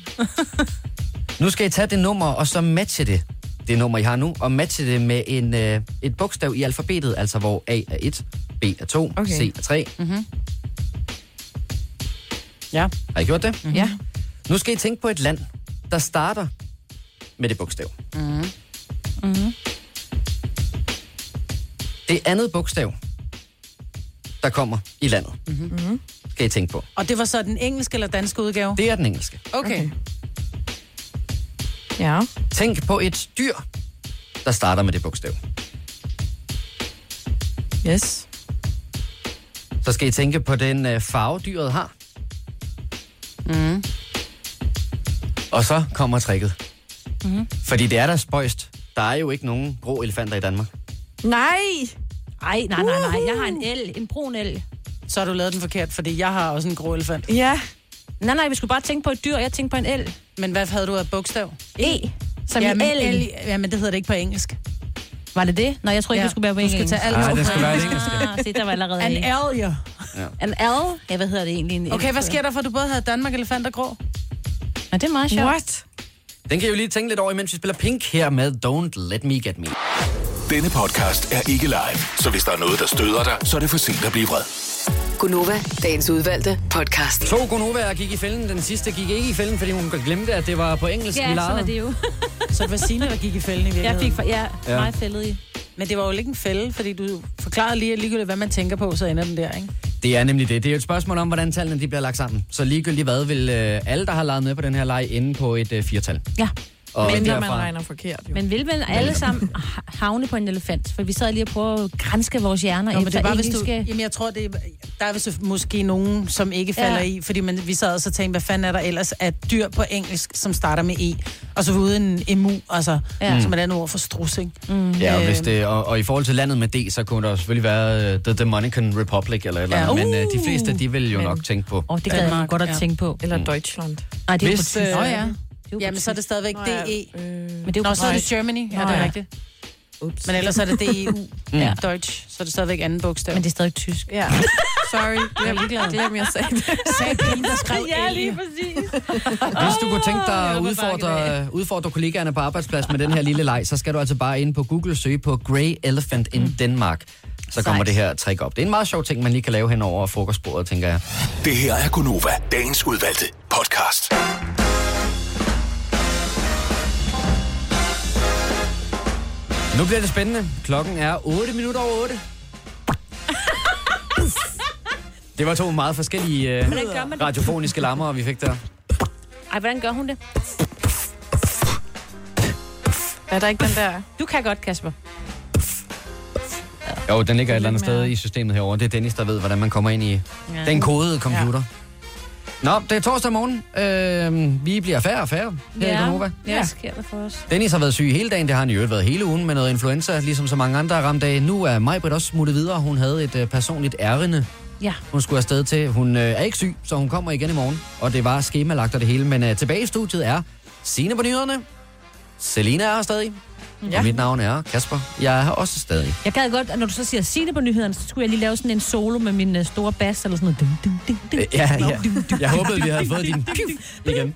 Speaker 1: nu skal I tage det nummer, og så matche det, det nummer, I har nu, og matche det med en, øh, et bogstav i alfabetet, altså hvor A er 1, B er 2, okay. C er 3.
Speaker 3: Mm-hmm. Ja.
Speaker 1: Har I gjort det?
Speaker 3: Mhm. Ja.
Speaker 1: Nu skal I tænke på et land, der starter med det bogstav.
Speaker 3: Mm-hmm. Mm-hmm.
Speaker 1: Det andet bogstav, der kommer i landet,
Speaker 3: Mm-hmm.
Speaker 1: skal I tænke på.
Speaker 3: Og det var så den engelske eller danske udgave?
Speaker 1: Det er den engelske.
Speaker 3: Okay. okay.
Speaker 8: Ja.
Speaker 1: Tænk på et dyr, der starter med det bogstav.
Speaker 8: Yes.
Speaker 1: Så skal I tænke på den øh, farve, dyret har.
Speaker 3: Mm.
Speaker 1: Og så kommer tricket.
Speaker 2: Mhm.
Speaker 1: Fordi det er da spøjst. Der er jo ikke nogen grå elefanter i Danmark.
Speaker 8: Nej!
Speaker 2: Ej, nej, nej, nej. Jeg har en el, en brun el.
Speaker 3: Så har du lavet den forkert, fordi jeg har også en grå elefant.
Speaker 8: Ja.
Speaker 2: Nej, nej, vi skulle bare tænke på et dyr, og jeg tænkte på en el.
Speaker 3: Men hvad havde du af bogstav?
Speaker 2: E. Som
Speaker 3: ja,
Speaker 2: i
Speaker 3: men
Speaker 2: el.
Speaker 3: el. Ja, men det hedder det ikke på engelsk.
Speaker 2: Var det det? Nå, jeg tror ikke,
Speaker 3: Ja,
Speaker 2: det skulle være på
Speaker 3: du skal
Speaker 2: engelsk.
Speaker 3: tage alt Nej, over det på skulle være engelsk.
Speaker 2: Ah, se, der var allerede
Speaker 3: An
Speaker 2: en.
Speaker 3: L, jo.
Speaker 1: Ja.
Speaker 2: An L? Ja, hvad hedder det egentlig? En
Speaker 3: Okay, hvad sker der for, at du både havde Danmark, elefant og grå?
Speaker 2: Ja, det er meget sjovt.
Speaker 8: What?
Speaker 1: Den kan I jo lige tænke lidt over, imens vi spiller Pink her med Don't Let Me Get Me.
Speaker 7: Denne podcast er ikke live, så hvis der er noget, der støder dig, så er det for sent at blive vred.
Speaker 6: Gunova, dagens udvalgte podcast.
Speaker 1: To Gonova'er gik i fælden. Den sidste gik ikke i fælden, fordi hun glemte, at det var på engelsk, vi
Speaker 2: Ja,
Speaker 1: legede.
Speaker 2: sådan er det jo.
Speaker 3: Så det var Signe, der gik i fælden i
Speaker 2: Jeg
Speaker 3: virkeligheden.
Speaker 2: fik for, ja,
Speaker 1: Ja.
Speaker 2: ja. mig fældet i.
Speaker 3: Men det var jo ikke en fælde, fordi du forklarede lige, at ligegyldigt hvad man tænker på, så ender den der, ikke?
Speaker 1: Det er nemlig det. Det er jo et spørgsmål om, hvordan tallene de bliver lagt sammen. Så ligegyldigt hvad vil øh, alle, der har leget med på den her leg, ende på et øh, firtal.
Speaker 2: Ja.
Speaker 1: Og
Speaker 8: Men når man
Speaker 1: derfra-
Speaker 8: regner forkert, jo.
Speaker 2: Men vil vel alle sammen ha- havne på en elefant? For vi sad lige og prøvede at grænske vores hjerner
Speaker 3: Nå, men det
Speaker 2: efter
Speaker 3: er bare, hvis du,
Speaker 2: engelske...
Speaker 3: jamen, jeg tror, det er, der er vist måske nogen, som ikke falder
Speaker 2: Ja.
Speaker 3: ja. i, fordi man, vi sad også og tænkte, hvad fanden er der ellers af dyr på engelsk, som starter med E, og så uden emu, altså,
Speaker 2: Ja.
Speaker 3: ja. som er et andet ord for strus, ikke?
Speaker 2: Mm.
Speaker 1: Ja, og, hvis det, og, og i forhold til landet med D, så kunne der jo selvfølgelig være uh, The Dominican Republic eller et eller andet,
Speaker 3: Ja.
Speaker 1: men uh,
Speaker 3: Uh.
Speaker 1: de fleste, de vil jo
Speaker 8: Men-
Speaker 1: nok tænke på.
Speaker 2: Åh, oh, det gad jeg godt at tænke på.
Speaker 8: Eller Deutschland.
Speaker 2: Nej, det er
Speaker 1: Hvis,
Speaker 2: på tysk.
Speaker 1: øh,
Speaker 3: Nå ja, jo Jamen, så er det stadigvæk DE.
Speaker 8: Øh.
Speaker 3: Men
Speaker 2: det er jo
Speaker 3: Nå, så er det
Speaker 2: korrekt.
Speaker 3: Germany. Ja,
Speaker 2: Nå,
Speaker 3: det er
Speaker 2: ja.
Speaker 3: rigtigt. Ups. Men ellers er det DEU.
Speaker 1: Mm.
Speaker 3: ja. Deutsch. Så er det stadigvæk anden bogstav. Men det
Speaker 2: er stadig tysk.
Speaker 8: Ja. Sorry, glem, glem jeg sagde det.
Speaker 3: Sagde pigen, der skrev E.
Speaker 2: Ja, lige præcis.
Speaker 1: Hvis du kunne tænke dig at
Speaker 2: Åh, jeg var
Speaker 1: udfordre, øh, udfordre kollegaerne på arbejdspladsen med den her lille leg, så skal du altså bare ind på Google søge på Grey Elephant in Denmark. Så kommer det her trick op. Det er en meget sjov ting, man lige kan lave hen over frokostbordet, tænker jeg.
Speaker 7: Det her er Gunova, dagens udvalgte podcast.
Speaker 1: Nu bliver det spændende. Klokken er 8 minutter over 8. Det var to meget forskellige øh,
Speaker 2: Hvordan gør man det?
Speaker 1: radiofoniske lammer, vi fik der.
Speaker 2: Ej, hvordan gør hun det?
Speaker 8: Er der ikke den der?
Speaker 2: Du kan godt, Kasper.
Speaker 1: Jo, den ligger et eller andet sted i systemet herovre. Det er Dennis, der ved, hvordan man kommer ind i
Speaker 2: Ja.
Speaker 1: den kodede computer. Ja. Nå, det er torsdag morgen. Øh, vi bliver færre og færre her ja. i Gonova.
Speaker 2: ja. Hvad sker der for os?
Speaker 1: Dennis har været syg hele dagen, det har han i øvrigt været hele ugen med noget influenza, ligesom så mange andre er ramt af. Nu er Majbrit også smuttet videre, hun havde et øh, personligt ærende,
Speaker 2: Ja.
Speaker 1: hun skulle afsted til. Hun øh, er ikke syg, så hun kommer igen i morgen, og det var skemalagt og det hele. Men øh, tilbage i studiet er Signe på nyhederne, Selina er her stadig, ja. og mit navn er Kasper. Jeg er her også stadig.
Speaker 2: Jeg gad godt, at når du så siger Signe på nyhederne, så skulle jeg lige lave sådan en solo med min øh, store bass eller sådan noget. Dum, dum, dum, dum.
Speaker 1: Øh, Ja,
Speaker 2: Nå.
Speaker 1: ja. Jeg håbede, vi havde fået din piv
Speaker 3: Øh,
Speaker 1: igen.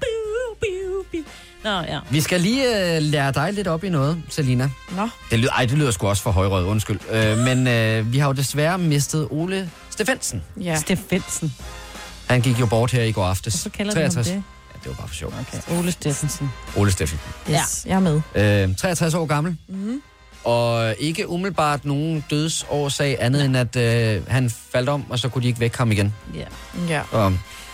Speaker 2: Nå, ja.
Speaker 1: Vi skal lige øh, lære dig lidt op i noget, Selina.
Speaker 8: Nå.
Speaker 1: Det lyder, ej, det lyder sgu også for højrød, undskyld. Øh, men øh, vi har jo desværre mistet Ole Steffensen.
Speaker 8: Ja.
Speaker 2: Steffensen.
Speaker 1: Han gik jo bort her i går aftes.
Speaker 2: Så kalder vi ham det.
Speaker 1: Ja, det var bare for sjov. Okay.
Speaker 2: Ole Steffensen.
Speaker 1: Ole Steffensen.
Speaker 8: Yes, ja. jeg er med.
Speaker 1: Øh, 63 år gammel,
Speaker 8: Mm-hmm.
Speaker 1: og ikke umiddelbart nogen dødsårsag andet end, at øh, han faldt om, og så kunne de ikke vække ham igen.
Speaker 2: Ja.
Speaker 8: Ja.
Speaker 1: Så.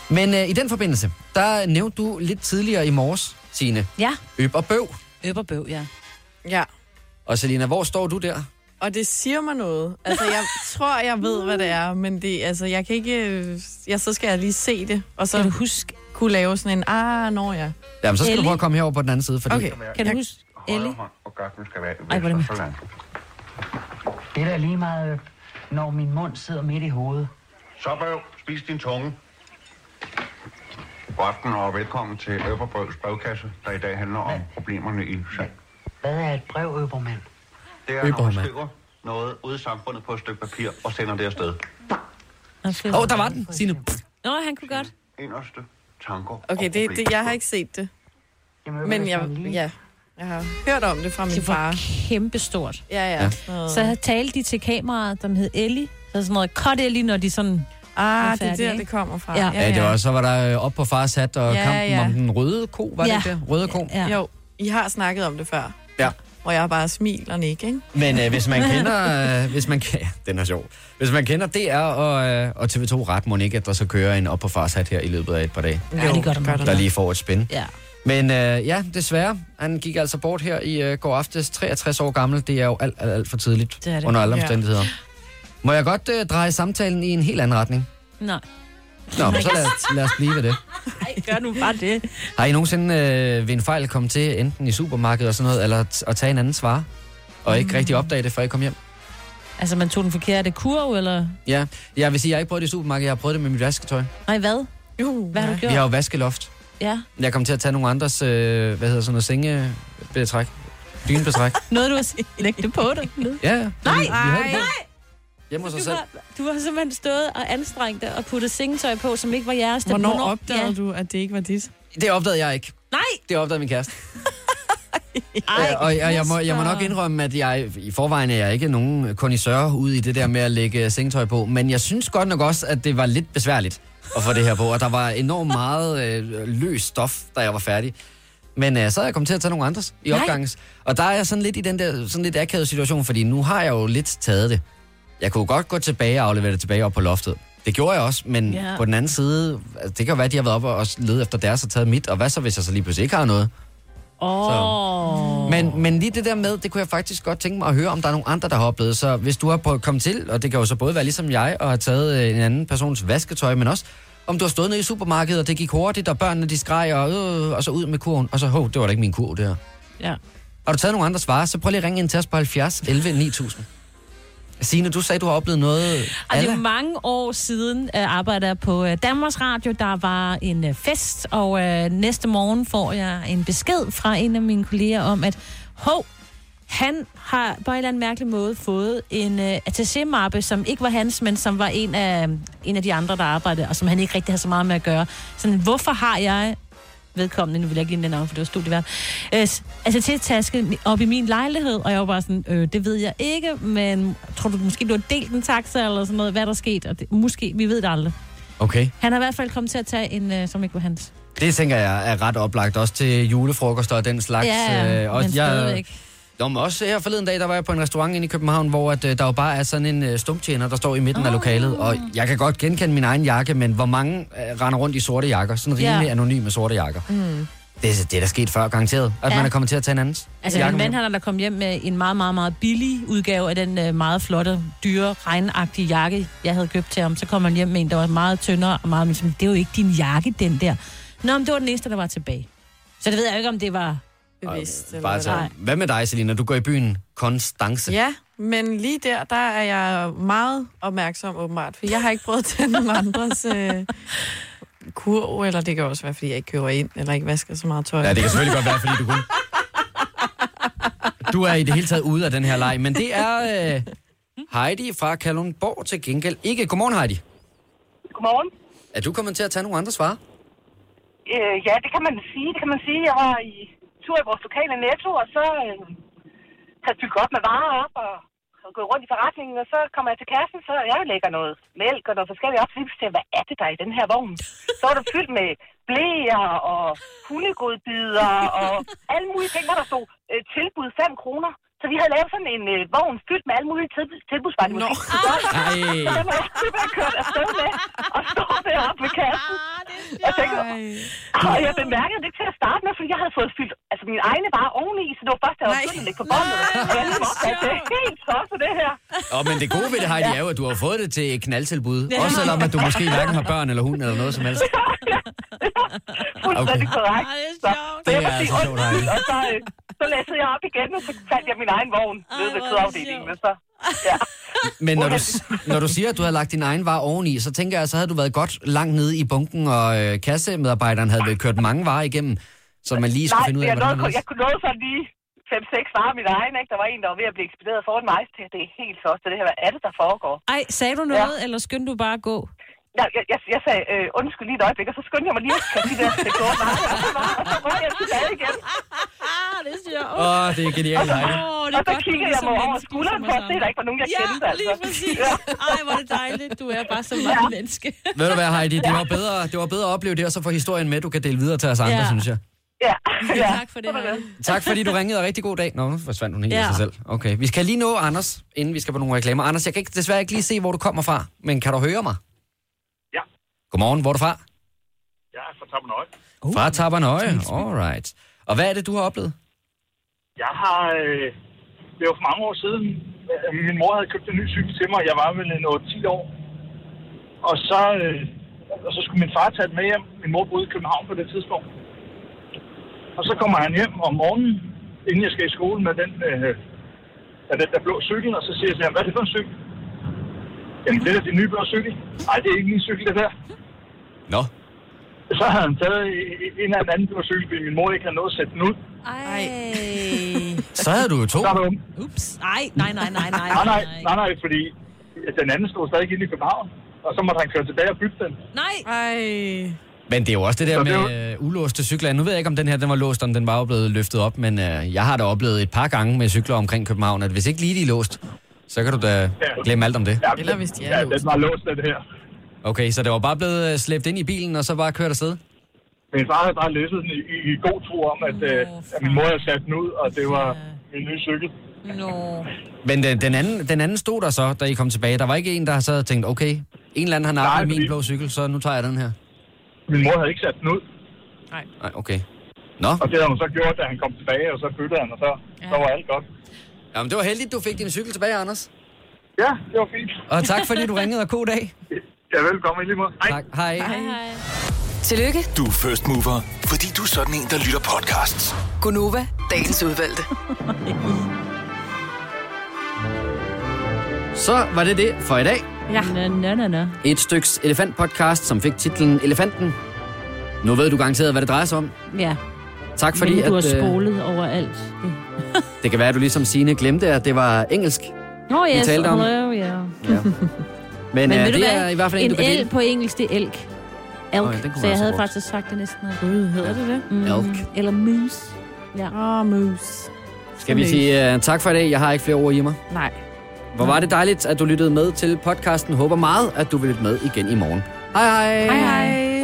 Speaker 1: Men øh, i den forbindelse, der nævnte du lidt tidligere i morges, Signe,
Speaker 2: Ja,
Speaker 1: øb og bøv.
Speaker 2: øb og bøv, ja.
Speaker 8: Ja.
Speaker 1: Og Selina, hvor står du der?
Speaker 8: Og det siger mig noget. Altså, jeg tror, jeg ved, hvad det er, men det, altså, jeg kan ikke... øh, Ja, så skal jeg lige se det, og så
Speaker 2: Kan du huske?
Speaker 8: kunne lave sådan en, ah, når jeg...
Speaker 1: Jamen, så skal Ellie? du
Speaker 8: Ellie?
Speaker 1: prøve at komme herover på den anden side. Fordi...
Speaker 8: Okay.
Speaker 2: Kan du huske? Ellie?
Speaker 13: og gør, den skal være i
Speaker 2: Ej, hvor er det
Speaker 13: venstre forland.
Speaker 14: Det er da lige meget, når min mund sidder midt i hovedet.
Speaker 13: Så bøv, spis din tunge. God aften og velkommen til Øverbrøds brevkasse, der i dag handler om problemerne i sag.
Speaker 14: Hvad er et brev, Øbermann?
Speaker 13: Det er, når man
Speaker 14: Øbermann.
Speaker 13: skriver noget ude i samfundet på et stykke papir og sender det afsted.
Speaker 2: Åh,
Speaker 1: oh, der var den, Signe.
Speaker 2: Nå, han kunne godt.
Speaker 13: Inderste tanker
Speaker 8: Okay, det, det, jeg har ikke set det. Men jeg, ja, jeg har hørt om det fra min
Speaker 2: Det var
Speaker 8: far.
Speaker 2: kæmpestort.
Speaker 8: Ja, ja. ja.
Speaker 2: Så havde talte de til kameraet, som hed Ellie. Så sådan noget, cut Ellie, når de sådan...
Speaker 8: Ah, det er
Speaker 2: færdige,
Speaker 8: der,
Speaker 2: ikke?
Speaker 8: det kommer fra.
Speaker 2: Ja.
Speaker 1: Ja, det var, så var der øh, op på fars hat og
Speaker 8: Ja,
Speaker 1: ja, kampen
Speaker 8: ja.
Speaker 1: ja. om den røde ko, var
Speaker 8: Ja.
Speaker 1: det ikke det? Røde ko?
Speaker 8: Ja. Jo, I har snakket om det før,
Speaker 1: Ja.
Speaker 8: hvor jeg bare smiler og nikker, ikke?
Speaker 1: Men øh, hvis man kender... Øh, hvis man kan, den er sjov. Hvis man kender DR og, øh, og TV2 ret, må ikke, at der så kører en op på fars hat her i løbet af et par dage.
Speaker 2: Ja, det gør der nok.
Speaker 1: Der lige får et spænd.
Speaker 2: Ja.
Speaker 1: Men øh, ja, desværre. Han gik altså bort her i øh, går aftes, 63 år gammel. Det er jo alt, alt, alt for tidligt
Speaker 2: Det er det.
Speaker 1: under alle
Speaker 2: Ja.
Speaker 1: omstændigheder. Må jeg godt øh, dreje samtalen i en helt anden retning?
Speaker 2: Nej.
Speaker 1: Nå, men så lad, os- lad os blive ved det.
Speaker 2: Ej, gør nu bare det.
Speaker 1: Har I nogensinde øh, ved en fejl kommet til enten i supermarkedet og sådan noget, eller t- at tage en anden svar, og ikke rigtig opdage det, før I kom hjem?
Speaker 2: Altså, man tog den forkerte kurv, eller...
Speaker 1: Ja, jeg vil sige, jeg har ikke prøvet det i supermarkedet, jeg har prøvet det med mit vasketøj.
Speaker 2: Nej, hvad?
Speaker 8: Jo,
Speaker 2: hvad har du
Speaker 1: Vi
Speaker 2: gjort?
Speaker 1: har jo vaskeloft.
Speaker 2: Ja.
Speaker 1: Jeg kom til at tage nogle andres, øh, hvad hedder sådan noget, sengebetræk. Dynebetræk.
Speaker 2: Noget, du har lægget det på dig? Nej,
Speaker 1: Ja, ja.
Speaker 2: nej,
Speaker 1: Vi havde det på. Hjemme hos os
Speaker 2: Du
Speaker 1: selv.
Speaker 2: har, du har simpelthen stået og anstrengt dig og puttet sengetøj på, som ikke var jeres. Da-
Speaker 8: Hvornår opdagede du, at det ikke var dit?
Speaker 1: Det opdagede jeg ikke.
Speaker 2: Nej!
Speaker 1: Det opdagede min kæreste.
Speaker 2: Ej,
Speaker 1: og og jeg, må, jeg må nok indrømme, at jeg i forvejen er jeg ikke nogen kondisør ude i det der med at lægge øh, sengetøj på, men jeg synes godt nok også, at det var lidt besværligt at få det her på, og der var enormt meget øh, løs stof, da jeg var færdig. Men øh, så er jeg kommet til at tage nogle andres i
Speaker 2: Nej.
Speaker 1: opgangens. Og der er jeg sådan lidt i den der sådan lidt akavet situation, fordi nu har jeg jo lidt taget det. Jeg kunne godt gå tilbage og aflevere det tilbage op på loftet. Det gjorde jeg også, men
Speaker 2: Ja.
Speaker 1: ja. på den anden side, altså, det kan jo være, at de har været oppe og lede efter deres og taget mit, og hvad så, hvis jeg så lige pludselig ikke har noget?
Speaker 2: Åh.
Speaker 1: Men, men lige det der med, det kunne jeg faktisk godt tænke mig at høre, om der er nogle andre, der har oplevet. Så hvis du har prøvet- kommet til, og det kan jo så både være ligesom jeg, og har taget øh, en anden persons vasketøj, men også om du har stået nede i supermarkedet, og det gik hurtigt, og børnene de skreg, og, øh, og så ud med kurven, og så, hov, det var da ikke min kurv, det her.
Speaker 2: Ja.
Speaker 1: Har du taget nogle andre svar, så prøv lige at ringe ind til os på 70 11 9000. Signe, du sagde, du har oplevet noget...
Speaker 2: Og det er
Speaker 1: Alla?
Speaker 2: jo mange år siden, at arbejder jeg på øh, Danmarks Radio. Der var en øh, fest, og øh, næste morgen får jeg en besked fra en af mine kolleger om, at hov, han har på en eller anden mærkelig måde fået en øh, attaché-mappe, som ikke var hans, men som var en af, en af de andre, der arbejdede, og som han ikke rigtig har så meget med at gøre. Sådan, hvorfor har jeg vedkommende, nu vil jeg ikke give hende det navn, for det var studievært, øh, s- altså til tasken op i min lejlighed, og jeg var bare sådan, øh, det ved jeg ikke, men tror du måske, du har delt en taxa eller sådan noget, hvad er der sket? Og det, måske, vi ved det aldrig.
Speaker 1: Okay.
Speaker 2: Han har i hvert fald kommet til at tage en, øh, som ikke var hans.
Speaker 1: Det tænker jeg er ret oplagt, også til julefrokoster og den slags. øh,
Speaker 2: Ja, men
Speaker 1: også,
Speaker 2: stadigvæk.
Speaker 1: Nå, men også her forleden dag, der var jeg på en restaurant inde i København, hvor at, øh, der jo bare er sådan en øh, stumtjener, der står i midten oh. af lokalet. Og jeg kan godt genkende min egen jakke, men hvor mange øh, render rundt i sorte jakker? Sådan
Speaker 2: Ja.
Speaker 1: rimelig yeah. anonyme sorte jakker.
Speaker 2: Mm.
Speaker 1: Det, det er da sket før, garanteret, at
Speaker 2: Ja.
Speaker 1: man er kommet til at tage en andens.
Speaker 2: Altså,
Speaker 1: jakke
Speaker 2: min
Speaker 1: med.
Speaker 2: mand han er der kommet hjem med en meget, meget, meget billig udgave af den øh, meget flotte, dyre, regnagtige jakke, jeg havde købt til ham. Så kom han hjem med en, der var meget tyndere og meget... Men sådan, det er jo ikke din jakke, den der. Nå, men det var den eneste, der var tilbage. Så det ved jeg jo ikke, om det var...
Speaker 8: Bevidst, eller
Speaker 1: Bare
Speaker 8: hvad der er.
Speaker 1: tage. Hvad med dig, Selina? Du går i byen Konstance.
Speaker 8: Ja, men lige der, der er jeg meget opmærksom åbenbart, for jeg har ikke prøvet at tage nogen andres øh, kurv, eller det kan også være, fordi jeg ikke køber ind, eller ikke vasker så meget tøj.
Speaker 1: Ja, det kan selvfølgelig godt være, fordi du kun... Du er i det hele taget ude af den her leg, men det er øh, Heidi fra Kalundborg til gengæld ikke. Godmorgen, Heidi.
Speaker 15: Godmorgen.
Speaker 1: Er du kommet til at tage nogle andre svar?
Speaker 15: Øh, ja, det kan man sige. Det kan man sige. Jeg var i tur i vores lokale netto, og så øh, havde fyldt godt med varer op og, og gået rundt i forretningen, og så kommer jeg til kassen, så jeg lægger noget mælk og noget forskelligt op, så lige pludselig tænker jeg, hvad er det der er i den her vogn? Så var det fyldt med blæer og hundegodbider og alle mulige ting, hvor der stod øh, tilbud 5 kroner. Så vi havde lavet sådan en øh, vogn fyldt med alle mulige tilbud, tilbudsvarer. No.
Speaker 1: Ej.
Speaker 15: Så den var jeg simpelthen kørt afsted med og stod deroppe ved kassen.
Speaker 1: Ah,
Speaker 15: Jeg tænkte, og jeg bemærkede det ikke til at starte med, fordi jeg havde fået fyldt altså, mine egne bare oveni, så det var først, da jeg var begyndt at lægge på båndet. Og jeg ligesom opdagede, det er helt tosset, det her.
Speaker 1: Og men det gode ved det, Heidi, er jo, at du har fået det til et knaldtilbud. Ja. Også selvom, at du måske hverken har børn eller hund eller noget som helst.
Speaker 15: Fuldstændig
Speaker 1: Okay.
Speaker 15: korrekt. Så, så
Speaker 1: Det
Speaker 15: jeg
Speaker 1: er
Speaker 15: var sige
Speaker 1: altså sjovt,
Speaker 15: undskyld,
Speaker 1: Heidi.
Speaker 15: og så, øh, så læssede jeg op igen, og så fandt jeg min egen vogn nede ved kødafdelingen. og Så, ja.
Speaker 1: Men når du, når du siger, at du har lagt din egen varer oveni, så tænker jeg, så havde du været godt langt nede i bunken, og øh, kassemedarbejderen havde vel kørt mange varer igennem, så man lige skulle
Speaker 15: Nej,
Speaker 1: finde ud af,
Speaker 15: jeg,
Speaker 1: hvordan
Speaker 15: nåede,
Speaker 1: man
Speaker 15: kun- jeg kunne nåede så lige 5-6 varer af min egen, ikke? Der var en, der var ved at blive ekspederet foran mig, så tænkte jeg, det er helt tosset, det her, hvad er det, der foregår?
Speaker 2: Ej, sagde du noget, ja. eller skyndte du bare at gå?
Speaker 15: Jeg, jeg, jeg, jeg sagde, øh, undskyld lige et øjeblik, og så skyndte jeg mig lige at kaste de der det gode varer, og så var- og så røg jeg tilbage igen.
Speaker 2: Ah, det er sjovt.
Speaker 1: Åh, det er genialt, Heidi.
Speaker 2: Åh,
Speaker 15: Og
Speaker 2: det er
Speaker 15: så
Speaker 2: godt, du
Speaker 15: kiggede
Speaker 2: er
Speaker 15: jeg
Speaker 2: så
Speaker 15: mig over
Speaker 2: menneskelig
Speaker 15: skulderen
Speaker 2: som
Speaker 15: for
Speaker 2: os
Speaker 15: at se, at der
Speaker 2: andre.
Speaker 15: ikke var nogen, jeg
Speaker 2: ja,
Speaker 15: kendte. altså.
Speaker 2: lige præcis.
Speaker 15: Ja.
Speaker 2: Ej, hvor er det dejligt. Du er bare så meget ja. menneske.
Speaker 1: Ved du hvad, Heidi? Det var bedre, det var bedre at opleve det, og så få historien med, du kan dele videre til os andre,
Speaker 2: Ja.
Speaker 1: ja. synes jeg.
Speaker 15: Ja.
Speaker 2: ja. Tak for det, Heidi.
Speaker 1: Tak fordi du ringede, og rigtig god dag. Nå, nu forsvandt hun helt ja. af
Speaker 2: Ja.
Speaker 1: sig selv. Okay, vi skal lige nå Anders, inden vi skal på nogle reklamer. Anders, jeg kan ikke, desværre ikke lige se, hvor du kommer fra, men kan du høre mig?
Speaker 16: Ja.
Speaker 1: Godmorgen, hvor er du fra?
Speaker 16: Jeg er fra Tappernøje.
Speaker 1: Uh, fra Tabernøje. Alright. Og hvad er det, du har oplevet?
Speaker 16: Jeg har... Øh, det var for mange år siden. øh, Min mor havde købt en ny cykel til mig. Jeg var vel en 8-10 år. Og så, øh, og så skulle min far tage den med hjem. Min mor boede i København på det tidspunkt. Og så kommer han hjem om morgenen, inden jeg skal i skole med den, øh, med den der blå cykel. Og så siger jeg til ham, hvad er det for en cykel? Jamen, det er da din nye blå cykel. Nej, det er ikke min cykel, det der.
Speaker 1: Nå.
Speaker 16: Så havde han taget en- en af den anden blå cykel, fordi min mor ikke havde nået at sætte den ud.
Speaker 2: Ej.
Speaker 1: Så havde du jo to.
Speaker 16: Så havde hun-
Speaker 2: Ups. Ej, nej, nej, nej, nej.
Speaker 16: Nej, nej, nej, nej, fordi altså, den anden stod stadig inde i København, og så måtte han køre tilbage og bytte den.
Speaker 2: Nej.
Speaker 8: Ej.
Speaker 1: Men det er jo også det der
Speaker 16: Så det
Speaker 1: med øh, ulåste cykler. Nu ved jeg ikke, om den her den var låst, om den var jo blevet løftet op, men øh, jeg har da oplevet et par gange med cykler omkring København, at hvis ikke lige de er låst, så kan du da glemme alt om det.
Speaker 16: Ja, Eller hvis de er ja, den var låst, den her.
Speaker 1: Okay, så det var bare blevet øh, slæbt ind i bilen, og så bare kørt afsted?
Speaker 16: Min far havde bare læsset den i, i, i god tro om, at, øh, at min mor havde sat den ud, og det var min nye cykel.
Speaker 2: No.
Speaker 1: Men øh, den, den, anden, den anden stod der så, da I kom tilbage. Der var ikke en, der sad og tænkt, okay, en eller anden har nappet min blå cykel, så nu tager jeg den her.
Speaker 16: Min mor havde ikke sat den ud.
Speaker 1: Nej, okay. Nå.
Speaker 16: Og det havde hun så gjort, da han kom tilbage, og så byttede han, og så, ja. så var alt godt.
Speaker 1: Jamen, det var heldigt, du fik din cykel tilbage, Anders.
Speaker 16: Ja, det var fint.
Speaker 1: Og tak, fordi du ringede, og god dag.
Speaker 16: Ja, velkommen i lige måde.
Speaker 1: Tak. Hej. Hej.
Speaker 6: Tillykke,
Speaker 7: Du er first mover, fordi du er sådan en, der lytter podcasts.
Speaker 6: Gunova, dagens udvalgte.
Speaker 1: Så var det det for i dag.
Speaker 2: Ja. Nå, nå, nå, nå.
Speaker 1: Et styks elefantpodcast, som fik titlen Elefanten. Nu ved du garanteret, hvad det drejer sig om.
Speaker 2: Ja.
Speaker 1: Tak fordi,
Speaker 2: Men du har
Speaker 1: at, øh,
Speaker 2: spolet overalt.
Speaker 1: Det kan være, at du ligesom Signe glemte, at det var engelsk.
Speaker 2: Nå,
Speaker 1: vi
Speaker 2: yes,
Speaker 1: talte om-
Speaker 2: hello, yeah.
Speaker 1: Men,
Speaker 2: Men
Speaker 1: Men
Speaker 2: ved
Speaker 1: øh,
Speaker 2: du
Speaker 1: det
Speaker 2: hvad?
Speaker 1: er i hvert fald en,
Speaker 2: en
Speaker 1: du kan
Speaker 2: elk
Speaker 1: dele.
Speaker 2: på engelsk, det er elk. Elk.
Speaker 1: Nå, ja, den kunne man
Speaker 2: så jeg
Speaker 1: altså
Speaker 2: havde
Speaker 1: bruge.
Speaker 2: faktisk sagt det næsten. Gud, hedder det det?
Speaker 1: Elk.
Speaker 2: Eller moose. Ja. Åh, oh, moose.
Speaker 1: Skal vi sige uh, tak for i dag? Jeg har ikke flere ord i mig.
Speaker 2: Nej.
Speaker 1: Hvor var det dejligt, at du lyttede med til podcasten. Håber meget, at du vil lytte med igen i morgen. Hej hej.
Speaker 2: Hej hej.